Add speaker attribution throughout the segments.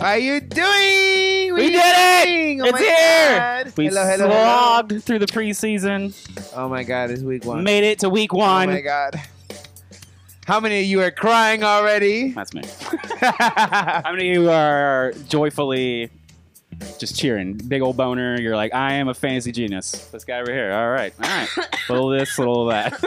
Speaker 1: How you doing?
Speaker 2: We did it!
Speaker 1: Oh
Speaker 2: It's
Speaker 1: my
Speaker 2: here!
Speaker 1: God.
Speaker 2: We
Speaker 1: hello, hello, hello.
Speaker 2: slogged through the preseason,
Speaker 1: Oh my god, it's week one.
Speaker 2: made it to week
Speaker 1: Oh
Speaker 2: one.
Speaker 1: my god. How many of you are crying already?
Speaker 2: That's me. How many of you are joyfully just cheering? Big old boner. You're like, I am a fantasy genius. This guy over here. All right, all right. little this, little that.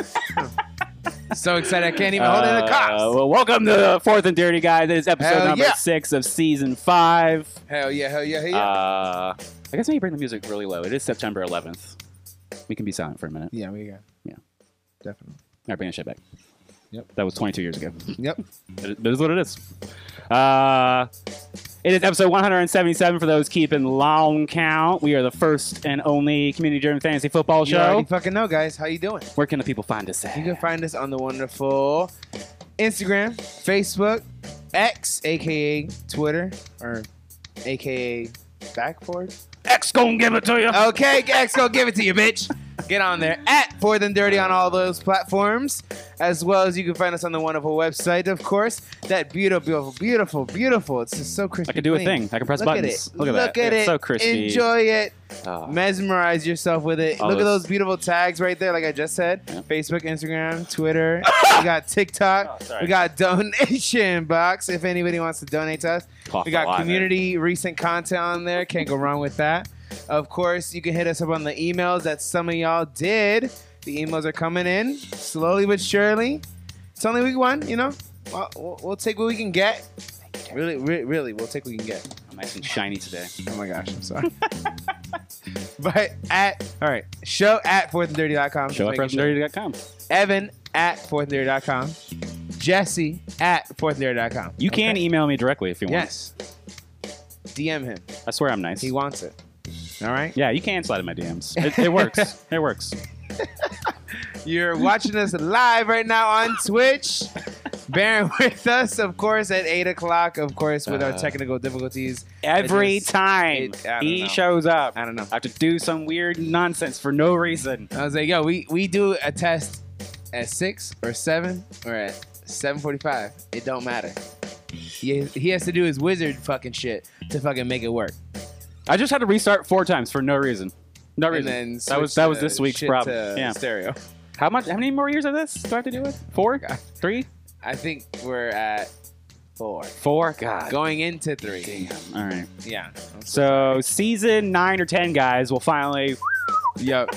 Speaker 1: so excited I can't even hold in the cops.
Speaker 2: Uh, well, welcome to the Fourth and Dirty Guy. This is episode
Speaker 1: Hell
Speaker 2: number
Speaker 1: yeah.
Speaker 2: six of season five.
Speaker 1: hell yeah, hell yeah, hell yeah.
Speaker 2: Uh, I guess maybe bring the music really low. It is September 11th. We can be silent for a minute.
Speaker 1: yeah, we got.
Speaker 2: yeah.
Speaker 1: Definitely.
Speaker 2: All right, bring that shit back.
Speaker 1: Yep.
Speaker 2: That was 22 years ago.
Speaker 1: Yep.
Speaker 2: That is what it is. Uh, it is episode 177 for those keeping long count. We are the first and only community-driven fantasy football
Speaker 1: You already
Speaker 2: show.
Speaker 1: fucking know, guys. How you doing?
Speaker 2: Where can the people find us at?
Speaker 1: You can find us on the wonderful Instagram, Facebook, X, aka Twitter, or aka Backboard.
Speaker 2: X gonna give it to you.
Speaker 1: Okay, X, go give it to you, bitch. Get on there at For Them Dirty on all those platforms, as well as you can find us on the wonderful website, of course. That beautiful, beautiful, beautiful, beautiful. It's just so crispy.
Speaker 2: I can do a
Speaker 1: clean.
Speaker 2: thing. I can press
Speaker 1: Look at
Speaker 2: buttons.
Speaker 1: it.
Speaker 2: Look at that.
Speaker 1: Look at
Speaker 2: it's
Speaker 1: it.
Speaker 2: so crispy.
Speaker 1: Enjoy it.
Speaker 2: Oh,
Speaker 1: Mesmerize yourself with it.
Speaker 2: All
Speaker 1: Look
Speaker 2: those-
Speaker 1: at those beautiful tags right there, like I just said.
Speaker 2: Yeah.
Speaker 1: Facebook, Instagram, Twitter. we got TikTok.
Speaker 2: Oh, sorry.
Speaker 1: we got donation box if anybody wants to donate to us.
Speaker 2: coughed
Speaker 1: We
Speaker 2: a lot
Speaker 1: got
Speaker 2: there.
Speaker 1: community recent content on there. Can't go wrong with that. Of course, you can hit us up on the emails that some of y'all did. The emails are coming in slowly but surely. It's only week one, you know. We'll, we'll- we'll take what we can get. Really, re- really, we'll take what we can get.
Speaker 2: I'm nice and shiny today.
Speaker 1: Oh my gosh, I'm sorry. but at all right, show at fourthanddirty.com.
Speaker 2: Show up at dirty.com.
Speaker 1: Evan at fourthanddirty.com. Jesse at fourthanddirty.com.
Speaker 2: You e- can email me directly if you want.
Speaker 1: Yes. DM him.
Speaker 2: I swear I'm nice.
Speaker 1: He wants it. All right.
Speaker 2: yeah, you can slide in my DMs. It, it works. it works.
Speaker 1: You're watching us live right now on Twitch. Bearing with us, of course, at eight o'clock. Of course, with our
Speaker 2: Uh,
Speaker 1: technical difficulties.
Speaker 2: Every
Speaker 1: It just-
Speaker 2: time
Speaker 1: it- I don't
Speaker 2: he
Speaker 1: know.
Speaker 2: shows up,
Speaker 1: I don't know.
Speaker 2: I have to do some weird nonsense for no reason.
Speaker 1: I was like, yo, we, we do a test at six or seven or at seven forty-five. It don't matter. He, he has to do his wizard fucking shit to fucking make it work.
Speaker 2: I just had to restart four times for no reason. No
Speaker 1: And
Speaker 2: reason.
Speaker 1: then
Speaker 2: that was
Speaker 1: switch
Speaker 2: that was
Speaker 1: the
Speaker 2: this week's
Speaker 1: shit
Speaker 2: problem.
Speaker 1: to
Speaker 2: Yeah.
Speaker 1: Stereo.
Speaker 2: How much? How many more years of this do I have to do it? Four,
Speaker 1: God.
Speaker 2: three,
Speaker 1: I think we're at four.
Speaker 2: four. God.
Speaker 1: Going into three.
Speaker 2: All right.
Speaker 1: Yeah. I'm
Speaker 2: So season nine or ten, guys, will finally.
Speaker 1: Yep.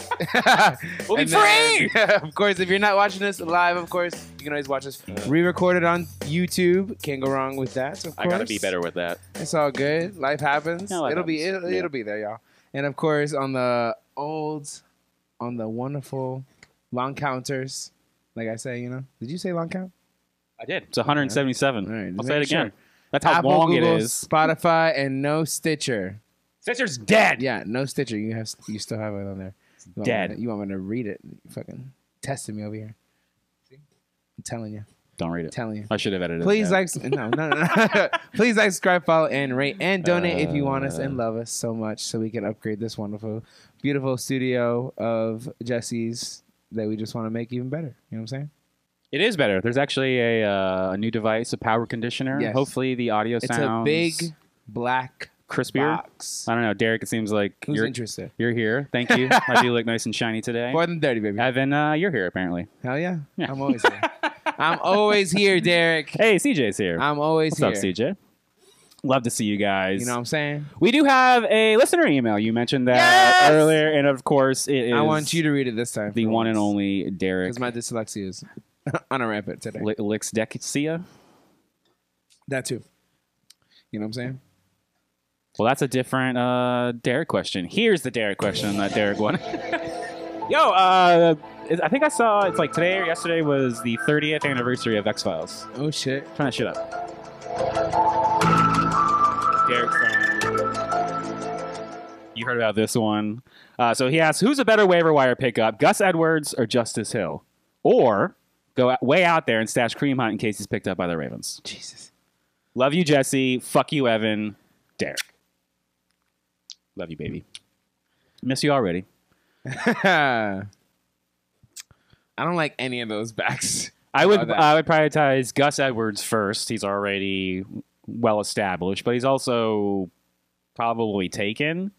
Speaker 2: We'll be
Speaker 1: And then- of course, if you're not watching this live, of course, you can always watch us
Speaker 2: Uh,
Speaker 1: re-recorded on YouTube. Can't go wrong with that. Of course.
Speaker 2: with that.
Speaker 1: It's all good. Life happens.
Speaker 2: Yeah, life
Speaker 1: it'll be
Speaker 2: happens.
Speaker 1: it'll,
Speaker 2: Yeah.
Speaker 1: it'll be there, y'all. And of course, on the old, on the wonderful long counters. Like I say, you know, did you say long count?
Speaker 2: I did. It's 177.
Speaker 1: All right,
Speaker 2: I'll
Speaker 1: just
Speaker 2: say it
Speaker 1: making sure.
Speaker 2: again. That's how long
Speaker 1: Google,
Speaker 2: it is.
Speaker 1: Spotify, and no Stitcher.
Speaker 2: Stitcher's dead.
Speaker 1: Yeah, no Stitcher. You have you still have it on there. You want me
Speaker 2: Dead.
Speaker 1: to- you want me to read it? You fucking testing me over here. I'm telling you.
Speaker 2: Don't read
Speaker 1: I'm
Speaker 2: it.
Speaker 1: telling you.
Speaker 2: I should have edited.
Speaker 1: Please
Speaker 2: it. out.
Speaker 1: like no no no. no. Please like, subscribe, follow, and rate, and donate if you want us and
Speaker 2: Uh.
Speaker 1: love us so much, so we can upgrade this wonderful, beautiful studio of Jesse's that we just want to make even better. You know what I'm saying?
Speaker 2: It is better. There's actually a, uh, a new device, a power conditioner.
Speaker 1: Yes.
Speaker 2: Hopefully the audio
Speaker 1: It's a
Speaker 2: sounds
Speaker 1: big black
Speaker 2: crispier.
Speaker 1: box.
Speaker 2: I don't know, Derek. It seems like
Speaker 1: Who's
Speaker 2: you're
Speaker 1: interested?
Speaker 2: You're here. Thank you. I do look nice and shiny today.
Speaker 1: More than thirty, baby.
Speaker 2: Evan, uh, you're here apparently.
Speaker 1: Hell yeah.
Speaker 2: Yeah.
Speaker 1: I'm always here. I'm always here, Derek.
Speaker 2: Hey, CJ's here.
Speaker 1: I'm always
Speaker 2: What's
Speaker 1: here.
Speaker 2: up, CJ? Love to see you guys.
Speaker 1: You know what I'm saying?
Speaker 2: we do have a listener email. You mentioned that uh,
Speaker 1: Yes!
Speaker 2: earlier, and of course, it is
Speaker 1: I want you to read it this time.
Speaker 2: the one and only Derek
Speaker 1: Because my dyslexia is on a rampant today.
Speaker 2: Li- Lixdexia.
Speaker 1: That too. You know what I'm saying?
Speaker 2: Well, that's a different uh, Derek question. Here's the Derek question, that Derek one. Yo, uh, it- I think I saw it's like today or yesterday was the 30th anniversary of X Files.
Speaker 1: Oh shit.
Speaker 2: Turn that shit up. Derek's phone. You heard about this one. Uh, so he asks, who's a better waiver wire pickup, Gus Edwards or Justice Hill? Or go out- way out there and stash Cream Hunt in case he's picked up by the Ravens.
Speaker 1: Jesus.
Speaker 2: Love you, Jesse. Fuck you, Evan. Derek. Love you, baby. Miss you already.
Speaker 1: I don't like any of those backs.
Speaker 2: I would
Speaker 1: Love that.
Speaker 2: I would prioritize Gus Edwards first. He's already well established, but he's also probably taken.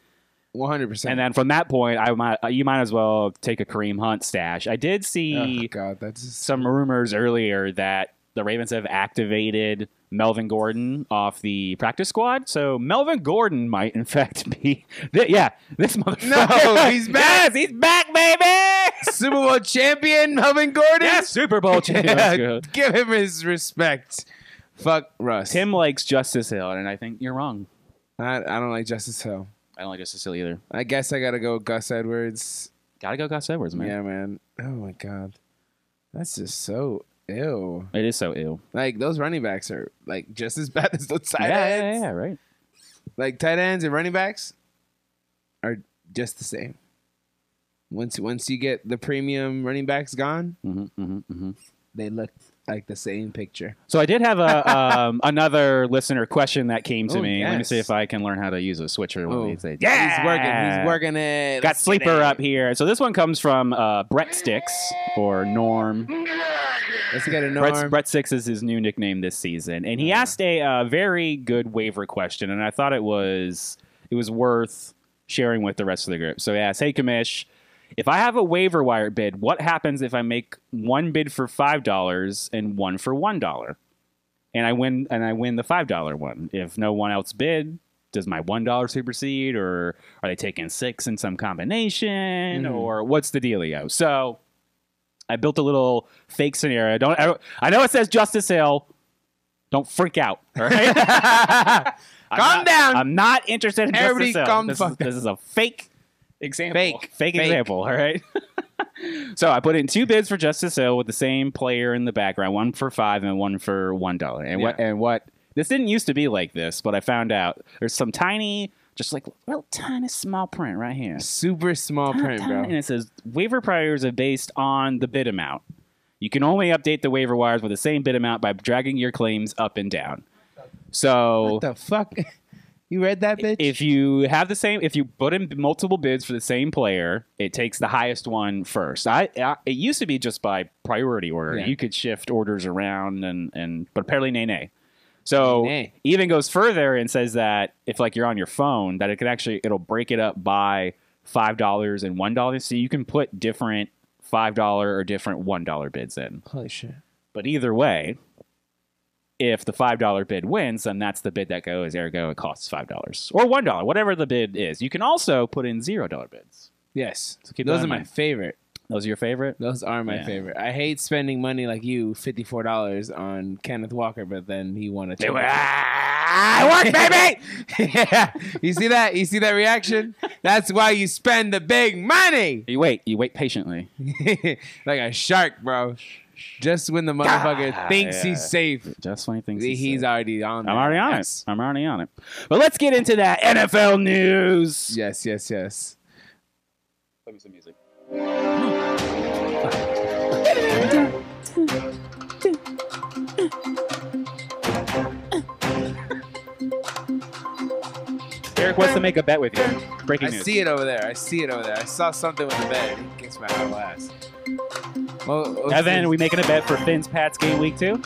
Speaker 1: 100%.
Speaker 2: And then from that point, I might you might as well take a Kareem Hunt stash. I did
Speaker 1: oh,
Speaker 2: see
Speaker 1: God, that's just,
Speaker 2: some rumors earlier that the Ravens have activated Melvin Gordon off the practice squad, so Melvin Gordon might in fact be th- yeah this motherfucker.
Speaker 1: No, he's back.
Speaker 2: Yes, he's back, baby.
Speaker 1: Super Bowl champion Melvin Gordon.
Speaker 2: yes, Super Bowl champion. Let's go.
Speaker 1: give him his respect. Fuck Russ.
Speaker 2: Tim likes Justice Hill, and I think you're wrong.
Speaker 1: I, I don't like Justice Hill.
Speaker 2: I don't like Justice Hill either.
Speaker 1: I guess I gotta go Gus Edwards.
Speaker 2: Gotta go, Gus Edwards, man.
Speaker 1: Yeah, man. Oh my God, that's just so ill.
Speaker 2: It is so ill.
Speaker 1: Like those running backs are like just as bad as the
Speaker 2: yeah,
Speaker 1: tight
Speaker 2: yeah,
Speaker 1: ends.
Speaker 2: yeah, right.
Speaker 1: Like tight ends and running backs are just the same. Once once you get the premium running backs gone,
Speaker 2: hmm hmm hmm
Speaker 1: they look like the same picture.
Speaker 2: So I did have a um, another listener question that came to
Speaker 1: Oh,
Speaker 2: me. Let me
Speaker 1: yes.
Speaker 2: see if I can learn how to use a switcher. one of
Speaker 1: Oh.
Speaker 2: these days.
Speaker 1: he's working. He's working it.
Speaker 2: Got
Speaker 1: Let's get
Speaker 2: sleeper
Speaker 1: it.
Speaker 2: up here. So this one comes from uh, Brett Sticks or Norm.
Speaker 1: Let's get a
Speaker 2: Brett,
Speaker 1: norm.
Speaker 2: Brett Six is his new nickname this season, and he asked a uh, very good waiver question, and I thought it was it was worth sharing with the rest of the group. So he asked, "Hey, Kamish, if I have a waiver wire bid, what happens if I make one bid for five dollars and one for one dollar, and I win and I win the five dollar one? If no one else bid." Does my one dollar supersede, or are they taking six in some combination,
Speaker 1: Mm-hmm.
Speaker 2: or what's the dealio? So I built a little fake scenario. Don't I, I know it says Justice Hill. Don't freak out. All right. I'm
Speaker 1: Calm
Speaker 2: not-
Speaker 1: down.
Speaker 2: I'm not interested in
Speaker 1: Everybody
Speaker 2: Justice Hill.
Speaker 1: calm the
Speaker 2: this, is,
Speaker 1: fuck down.
Speaker 2: this is a fake example.
Speaker 1: Fake.
Speaker 2: Fake
Speaker 1: Fake.
Speaker 2: example. All right. so I put in two bids for Justice Hill with the same player in the background, one for five and one for one dollar. And what
Speaker 1: Yeah.
Speaker 2: and what this didn't used to be like this, but I found out there's some tiny, just like little tiny small print right here.
Speaker 1: Super small print,
Speaker 2: Tiny, And
Speaker 1: bro.
Speaker 2: it says waiver priors are based on the bid amount. You can only update the waiver wires with the same bid amount by dragging your claims up and down. So
Speaker 1: What the fuck? You read that, bitch?
Speaker 2: if you have the same, if you put in multiple bids for the same player, it takes the highest one first. I, I it used to be just by priority order.
Speaker 1: Yeah.
Speaker 2: You could shift orders around and and but apparently nay nay. So
Speaker 1: Nay, nay.
Speaker 2: even goes further and says that if like you're on your phone, that it could actually it'll break it up by five dollars and one dollar, so you can put different five dollar or different one dollar bids in.
Speaker 1: Holy shit.
Speaker 2: But either way, if the five dollar bid wins, then that's the bid that goes. Ergo, it costs five dollars or one dollar, whatever the bid is. You can also put in zero dollar bids.
Speaker 1: Yes.
Speaker 2: keep
Speaker 1: Those
Speaker 2: that
Speaker 1: are
Speaker 2: in
Speaker 1: my
Speaker 2: mind.
Speaker 1: favorite.
Speaker 2: Those are your favorite.
Speaker 1: Those are my
Speaker 2: Yeah.
Speaker 1: favorite. I hate spending money like you, fifty-four dollars on Kenneth Walker, but then he won a
Speaker 2: They were,
Speaker 1: championship.
Speaker 2: "Ah, it worked, baby.
Speaker 1: yeah. You see that? You see that reaction? That's why you spend the big money,
Speaker 2: You wait. You wait patiently.
Speaker 1: like a shark, bro. Just when the motherfucker
Speaker 2: Ah,
Speaker 1: thinks
Speaker 2: yeah.
Speaker 1: he's safe,
Speaker 2: Just when he thinks
Speaker 1: he's,
Speaker 2: he's safe.
Speaker 1: already on.
Speaker 2: I'm
Speaker 1: there.
Speaker 2: already on
Speaker 1: Yes.
Speaker 2: it. I'm already on it. But let's get into that NFL news.
Speaker 1: Yes, yes, yes.
Speaker 2: Play me some music. Eric wants to make a bet with you. Breaking
Speaker 1: I
Speaker 2: news.
Speaker 1: see it over there. I see it over there. I saw something with the bed. It kicks my whole ass. Well, what's
Speaker 2: Evan,
Speaker 1: this?
Speaker 2: are we making a bet for Finn's Pats game week two?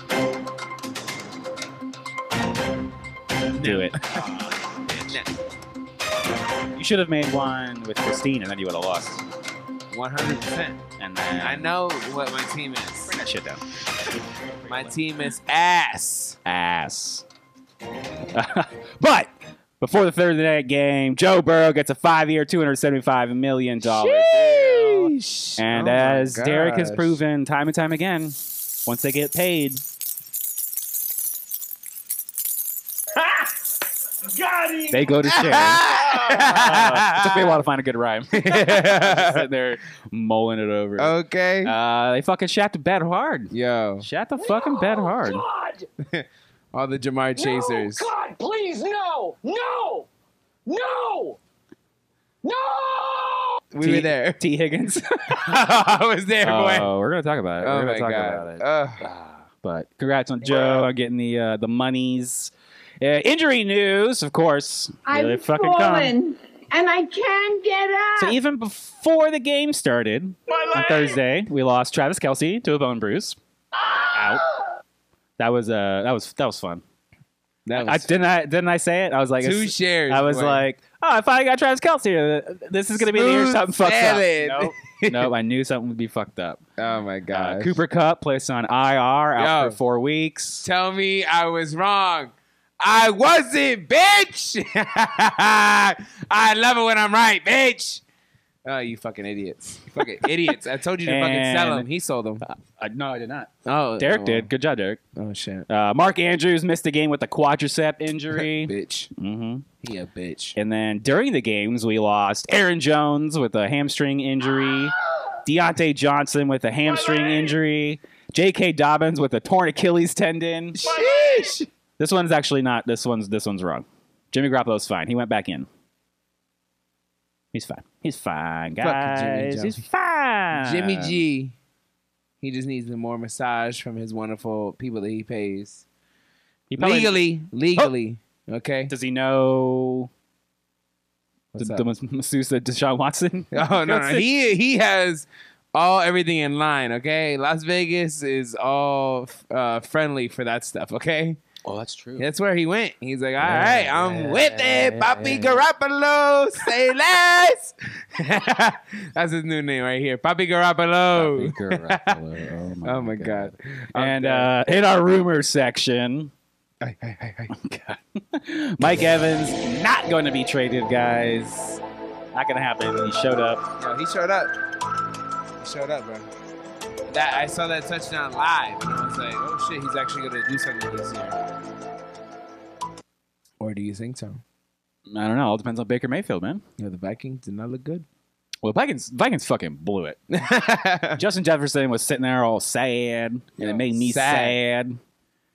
Speaker 2: Do it.
Speaker 1: Oh,
Speaker 2: You should have made one with Christine, and then you would have lost.
Speaker 1: 100%.
Speaker 2: And then
Speaker 1: I know what my team is.
Speaker 2: Bring that shit down.
Speaker 1: My team is ass.
Speaker 2: ass. but before the Thursday night game, Joe Burrow gets a five-year, two hundred seventy-five million dollar.
Speaker 1: Sheesh.
Speaker 2: And
Speaker 1: Oh my
Speaker 2: as Derek has
Speaker 1: gosh.
Speaker 2: proven time and time again, once they get paid, they go to share.
Speaker 1: Ah!
Speaker 2: Uh, took me a while to find a good rhyme. Just sitting there mulling it over.
Speaker 1: Oh. okay.
Speaker 2: Uh, they fucking shot the bet hard.
Speaker 1: Yo,
Speaker 2: Shot the fucking bet hard.
Speaker 3: God!
Speaker 1: all the Jamar Chasers.
Speaker 3: No, God, please, no! No! No! No!
Speaker 1: we
Speaker 2: T-
Speaker 1: were there.
Speaker 2: T Higgins.
Speaker 1: I was there, boy.
Speaker 2: Oh, we're gonna talk about it.
Speaker 1: Oh
Speaker 2: we're gonna
Speaker 1: my
Speaker 2: talk
Speaker 1: god.
Speaker 2: about it.
Speaker 1: Ugh.
Speaker 2: But congrats on Joe on getting the uh, the monies. Uh, injury news, of course. Here they
Speaker 4: I'm fallen,
Speaker 2: come.
Speaker 4: and I can't get up.
Speaker 2: So even before the game started on Thursday, we lost Travis
Speaker 3: Ah!
Speaker 2: Kelsey to a bone bruise. Out. That was uh that was that was fun.
Speaker 1: That
Speaker 2: I, didn't I didn't I say it? I was like
Speaker 1: two
Speaker 2: it's-
Speaker 1: shares.
Speaker 2: I was
Speaker 1: boy.
Speaker 2: like, oh, I finally got Travis Kelsey here. This is gonna be the year
Speaker 1: Smooth
Speaker 2: something fucks
Speaker 1: sailing.
Speaker 2: up. Nope. nope, I knew something would be fucked up.
Speaker 1: oh my
Speaker 2: Uh,
Speaker 1: god,
Speaker 2: Cooper Cup placed on IR out
Speaker 1: Yo.
Speaker 2: for four weeks.
Speaker 1: Tell me I was wrong. I wasn't, bitch. I love it when I'm right, bitch. Oh, you fucking idiots. You fucking idiots. I told you to fucking sell
Speaker 2: And-
Speaker 1: him. He sold him.
Speaker 2: Uh, no, I did not.
Speaker 1: Oh,
Speaker 2: Derek
Speaker 1: oh,
Speaker 2: did. Good job, Derek.
Speaker 1: Oh shit.
Speaker 2: Uh, Mark Andrews missed a game with a quadricep injury.
Speaker 1: Bitch.
Speaker 2: hmm
Speaker 1: He a bitch.
Speaker 2: And then during the games, we lost Aaron Jones with a hamstring injury, Deontay Johnson with a hamstring injury, J.K. Dobbins with a torn Achilles tendon.
Speaker 1: Sheesh.
Speaker 2: This one's actually not. This one's this one's wrong. Jimmy Garoppolo's fine. He went back in. He's fine. He's fine,
Speaker 1: Fuck you, Jimmy
Speaker 2: guys.
Speaker 1: Jones.
Speaker 2: He's fine.
Speaker 1: Jimmy G. He just needs more massage from his wonderful people that he pays.
Speaker 2: He probably-
Speaker 1: Legally, legally. Okay.
Speaker 2: Does he know the,
Speaker 1: What's
Speaker 2: the
Speaker 1: up?
Speaker 2: masseuse that Deshaun Watson?
Speaker 1: Oh no, no. he he has all everything in line. Okay, Las Vegas is all uh, friendly for that stuff. Okay,
Speaker 2: oh, that's true.
Speaker 1: that's where he went. He's like, all
Speaker 2: Yeah,
Speaker 1: right, I'm
Speaker 2: yeah,
Speaker 1: with
Speaker 2: yeah,
Speaker 1: it,
Speaker 2: yeah,
Speaker 1: Bobby
Speaker 2: yeah.
Speaker 1: Garoppolo. Say less. that's his new name right here, Bobby Garoppolo.
Speaker 2: oh my,
Speaker 1: Oh my god! I'm
Speaker 2: And
Speaker 1: dead.
Speaker 2: uh, in our rumors section,
Speaker 1: Ay, ay, ay, ay.
Speaker 2: Mike Evans not going to be traded, guys. Not going to happen. He showed up.
Speaker 1: Yo, he showed up. He showed up, bro. That I saw that touchdown live, and I was like, "Oh shit, he's actually gonna do something this year." Or do you think so?
Speaker 2: I don't know. All depends on Baker Mayfield, man.
Speaker 1: You know, the Vikings did not look good.
Speaker 2: Well, Vikings, Vikings fucking blew it.
Speaker 1: yeah,
Speaker 2: Justin Jefferson was sitting there all sad, and
Speaker 1: Yo,
Speaker 2: it made me
Speaker 1: sad.
Speaker 2: sad.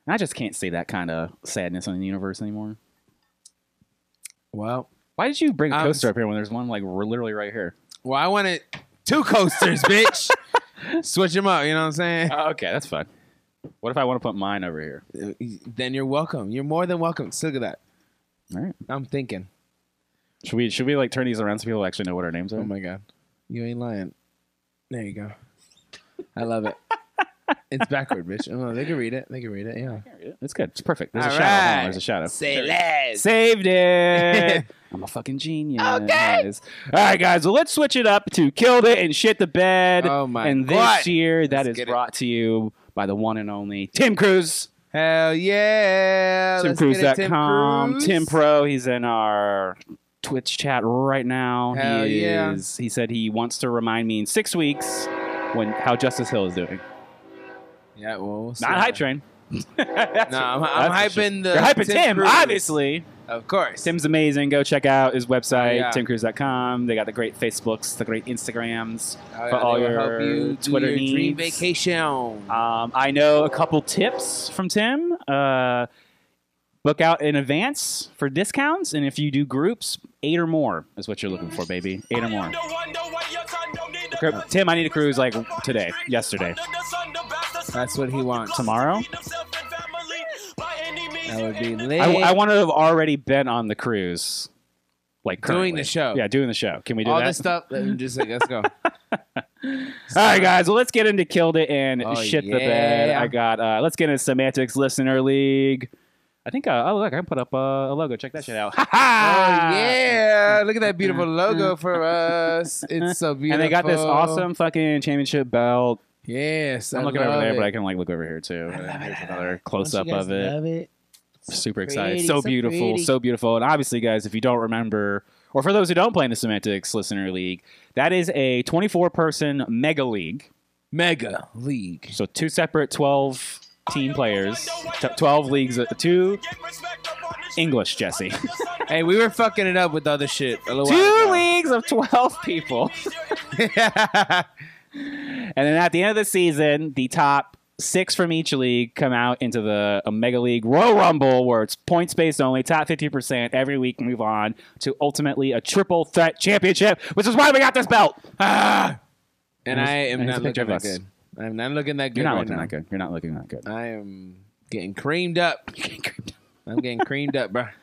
Speaker 2: And I just can't see that kind of sadness in the universe anymore.
Speaker 1: Well,
Speaker 2: Why did you bring a
Speaker 1: Um,
Speaker 2: coaster up here when there's one like r- literally right here?
Speaker 1: well, I wanted two coasters, bitch. Switch them up. You know what I'm saying?
Speaker 2: Oh, okay, that's fine. What if I want to put mine over here?
Speaker 1: then you're welcome. You're more than welcome. So Look at that.
Speaker 2: All right.
Speaker 1: I'm thinking.
Speaker 2: Should we should we like turn these around so people actually know what our names are?
Speaker 1: Oh my god, you ain't lying. There you go. I love it. it's backward, bitch. Oh, they can read it. They can read it. Yeah.
Speaker 2: It's good. It's perfect. There's a
Speaker 1: All
Speaker 2: shadow. Hold on,
Speaker 1: right.
Speaker 2: There's a shadow.
Speaker 1: Say
Speaker 2: There it is.
Speaker 1: less.
Speaker 2: Saved it. I'm a fucking genius. Okay. All right, guys. Well, let's switch it up to killed it and shit the bed.
Speaker 1: Oh my
Speaker 2: And
Speaker 1: God.
Speaker 2: this year, that
Speaker 1: Let's
Speaker 2: is
Speaker 1: get it.
Speaker 2: brought to you by the one and only Tim Cruz.
Speaker 1: Hell yeah. Uh, Let's get it, Tim
Speaker 2: TimCruz.com.
Speaker 1: Cruz.
Speaker 2: Tim Pro. He's in our Twitch chat right now.
Speaker 1: Hell
Speaker 2: he
Speaker 1: yeah.
Speaker 2: is. He said he wants to remind me in six weeks when how Justice Hill is doing.
Speaker 1: Yeah, well, we'll see.
Speaker 2: Not hype train. no,
Speaker 1: No, I'm, I'm
Speaker 2: That's for
Speaker 1: hyping the.
Speaker 2: You're hyping Tim,
Speaker 1: Cruz.
Speaker 2: obviously.
Speaker 1: Of course.
Speaker 2: Tim's amazing. Go check out his website,
Speaker 1: Oh, yeah.
Speaker 2: timcruz.com. They got the great Facebooks, the great Instagrams.
Speaker 1: Oh, yeah,
Speaker 2: for all
Speaker 1: they will
Speaker 2: your
Speaker 1: help you
Speaker 2: Twitter
Speaker 1: do your dream
Speaker 2: needs.
Speaker 1: vacation.
Speaker 2: Um, I know a couple tips from Tim. Uh, look out in advance for discounts, and if you do groups, eight or more is what you're looking for, baby. Eight or more. Gr- Tim, I need a cruise like today, yesterday.
Speaker 1: That's what he wants.
Speaker 2: Tomorrow?
Speaker 1: That would be lit.
Speaker 2: I, I want to have already been on the cruise, like
Speaker 1: Doing
Speaker 2: currently.
Speaker 1: the show.
Speaker 2: Yeah, doing the show. Can we do
Speaker 1: all
Speaker 2: that?
Speaker 1: this stuff. Let me just like, let's go.
Speaker 2: All right, guys. Well, let's get into killed it and
Speaker 1: Oh,
Speaker 2: shit the
Speaker 1: yeah.
Speaker 2: bed. I got. Uh, let's get into semantics listener league. I think. Uh, oh, look, I can put up uh, a logo. Check that shit out. Ha ha!
Speaker 1: oh yeah! Look at that beautiful logo for us. It's so beautiful.
Speaker 2: And they got this awesome fucking championship belt.
Speaker 1: Yes,
Speaker 2: I'm
Speaker 1: I
Speaker 2: looking over
Speaker 1: love
Speaker 2: there,
Speaker 1: it.
Speaker 2: but I can like look over here too. And Here's another close up of it. Super excited.
Speaker 1: pretty,
Speaker 2: So
Speaker 1: so
Speaker 2: beautiful.
Speaker 1: pretty.
Speaker 2: So beautiful. And obviously, guys, if you don't remember, or for those who don't play in the semantics listener league, that is a 24 person mega league.
Speaker 1: Mega League.
Speaker 2: So two separate 12 team players, t- 12 leagues, uh, two English, Jesse.
Speaker 1: Hey, we were fucking it up with other shit. A little
Speaker 2: two
Speaker 1: while
Speaker 2: leagues of 12 people.
Speaker 1: ago.
Speaker 2: And then at the end of the season, the top six from each league come out into the uh, Mega League Royal Rumble, where it's points based only, top 50% every week, move on to ultimately a triple threat championship, which is why we got this belt. Ah!
Speaker 1: and I am
Speaker 2: And here's
Speaker 1: not
Speaker 2: a picture
Speaker 1: looking
Speaker 2: of
Speaker 1: that
Speaker 2: us.
Speaker 1: good. I'm not looking that good.
Speaker 2: You're not
Speaker 1: right
Speaker 2: looking
Speaker 1: now.
Speaker 2: that good. You're not looking that good.
Speaker 1: I am getting creamed up. I'm getting creamed up, bro.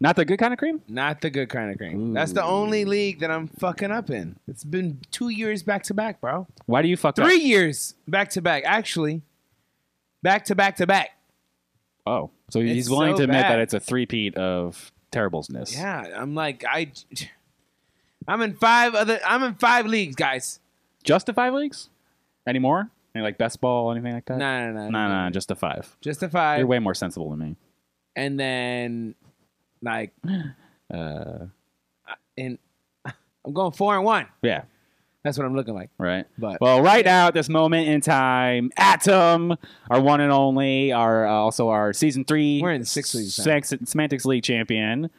Speaker 2: Not the good kind of cream?
Speaker 1: Not the good kind of cream. That's the only league that I'm fucking up in. It's been two years back to back, bro.
Speaker 2: Why do you fuck
Speaker 1: Three years back to back, actually. Back to back to back.
Speaker 2: up? Oh, So he's
Speaker 1: It's
Speaker 2: willing
Speaker 1: so
Speaker 2: to admit
Speaker 1: bad.
Speaker 2: that it's a three-peat of terriblesness.
Speaker 1: Yeah, I'm like I. I'm in five other. I'm in five leagues, guys.
Speaker 2: Just the five leagues? Anymore? Any like best ball, anything like that?
Speaker 1: No, no, no,
Speaker 2: no, no, just the five.
Speaker 1: Just the five,
Speaker 2: You're way more sensible than me.
Speaker 1: and then like
Speaker 2: Uh,
Speaker 1: in. I'm going four and one.
Speaker 2: yeah,
Speaker 1: That's what I'm looking like.
Speaker 2: right.
Speaker 1: But
Speaker 2: Well, right now at this moment in time, Atom, our one and only, our uh, also our season three,
Speaker 1: We're in six leagues now.
Speaker 2: sex, semantics league champion.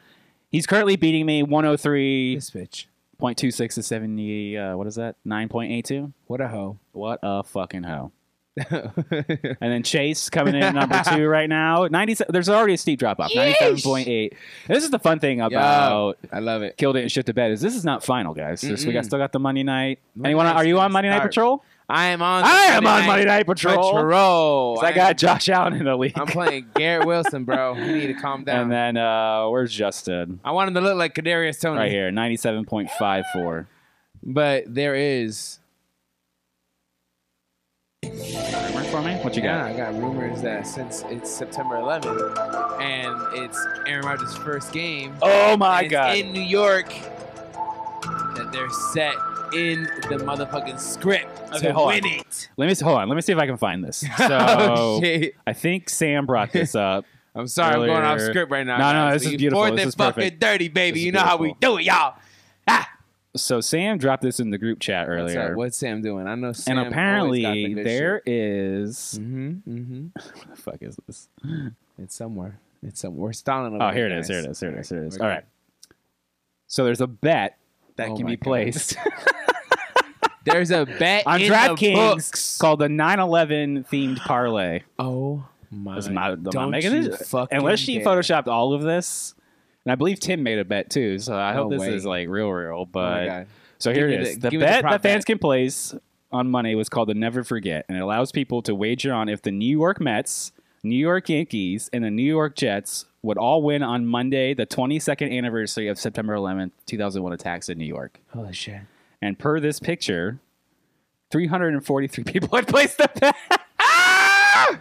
Speaker 2: He's currently beating me one hundred three
Speaker 1: this bitch,
Speaker 2: point two six to seventy. Uh, what is that? Nine point eight two.
Speaker 1: what a hoe.
Speaker 2: What a fucking hoe. And then Chase coming in at number two right now. Ninety. There's already a steep drop off. Ninety seven point eight. This is the fun thing about
Speaker 1: I love it.
Speaker 2: killed it and shit to bed is this is not final, guys. This, we got
Speaker 1: Mm-mm.
Speaker 2: still got the Monday night.
Speaker 1: Monday
Speaker 2: Anyone?
Speaker 1: night's
Speaker 2: Are you on
Speaker 1: gonna
Speaker 2: Monday Night
Speaker 1: start.
Speaker 2: Patrol?
Speaker 1: I am on.
Speaker 2: I am on Monday Night Patrol.
Speaker 1: Patrol.
Speaker 2: 'Cause I got Josh Allen in the league.
Speaker 1: I'm playing Garrett Wilson, bro. You need to calm down.
Speaker 2: and then uh, where's Justin?
Speaker 1: I want him to look like Kadarius Tony.
Speaker 2: Right here, ninety-seven point five four.
Speaker 1: But there is.
Speaker 2: Rumor for me? What you
Speaker 1: Yeah,
Speaker 2: got?
Speaker 1: I got rumors that since it's September 11th and it's Aaron Rodgers' first game
Speaker 2: Oh
Speaker 1: and
Speaker 2: my
Speaker 1: it's
Speaker 2: god!
Speaker 1: in New York, that they're set in the motherfucking script
Speaker 2: Okay,
Speaker 1: to
Speaker 2: hold
Speaker 1: win
Speaker 2: on.
Speaker 1: it.
Speaker 2: Let me s- hold on. Let me see if I can find this. So
Speaker 1: oh, shit.
Speaker 2: I think Sam brought this up.
Speaker 1: I'm sorry, I'm going off
Speaker 2: earlier-
Speaker 1: script right now.
Speaker 2: No, no,
Speaker 1: guys.
Speaker 2: this
Speaker 1: So
Speaker 2: is
Speaker 1: you
Speaker 2: beautiful.
Speaker 1: Fourth
Speaker 2: This
Speaker 1: and
Speaker 2: is
Speaker 1: fucking
Speaker 2: perfect.
Speaker 1: dirty, baby.
Speaker 2: This is
Speaker 1: You know how we do it, y'all.
Speaker 2: So Sam dropped this in the group chat
Speaker 1: What's,
Speaker 2: earlier,
Speaker 1: up? What's Sam doing? I know Sam
Speaker 2: and apparently
Speaker 1: there.
Speaker 2: there is.
Speaker 1: Mm-hmm, mm-hmm.
Speaker 2: What the fuck is this?
Speaker 1: It's somewhere. It's somewhere. We're stalling.
Speaker 2: Oh, here it is. Here it is. Here it is. Here it is. All right. So there's a bet that
Speaker 1: Oh
Speaker 2: can
Speaker 1: my
Speaker 2: be
Speaker 1: God.
Speaker 2: placed
Speaker 1: There's a bet
Speaker 2: on
Speaker 1: in the
Speaker 2: DraftKings
Speaker 1: books.
Speaker 2: called the 9/11 themed parlay.
Speaker 1: Oh my!
Speaker 2: It's not- I'm not
Speaker 1: don't
Speaker 2: making
Speaker 1: you
Speaker 2: this-
Speaker 1: fucking
Speaker 2: Unless she
Speaker 1: dare. Oh
Speaker 2: photoshopped all of this, and I believe Tim made a bet too. So I hope
Speaker 1: No
Speaker 2: this
Speaker 1: way.
Speaker 2: is like real, real.
Speaker 1: Oh my
Speaker 2: But
Speaker 1: God.
Speaker 2: so
Speaker 1: Give
Speaker 2: here
Speaker 1: me
Speaker 2: it is:
Speaker 1: the-
Speaker 2: the,
Speaker 1: give me the
Speaker 2: bet
Speaker 1: prop
Speaker 2: that fans
Speaker 1: bet.
Speaker 2: can place on Monday was called the Never Forget, and it allows people to wager on if the New York Mets, New York Yankees, and the New York Jets would all win on Monday, the 22nd anniversary of September 11th, 2001 attacks in New York.
Speaker 1: Holy shit!
Speaker 2: And per this picture, 343 people had placed the bet.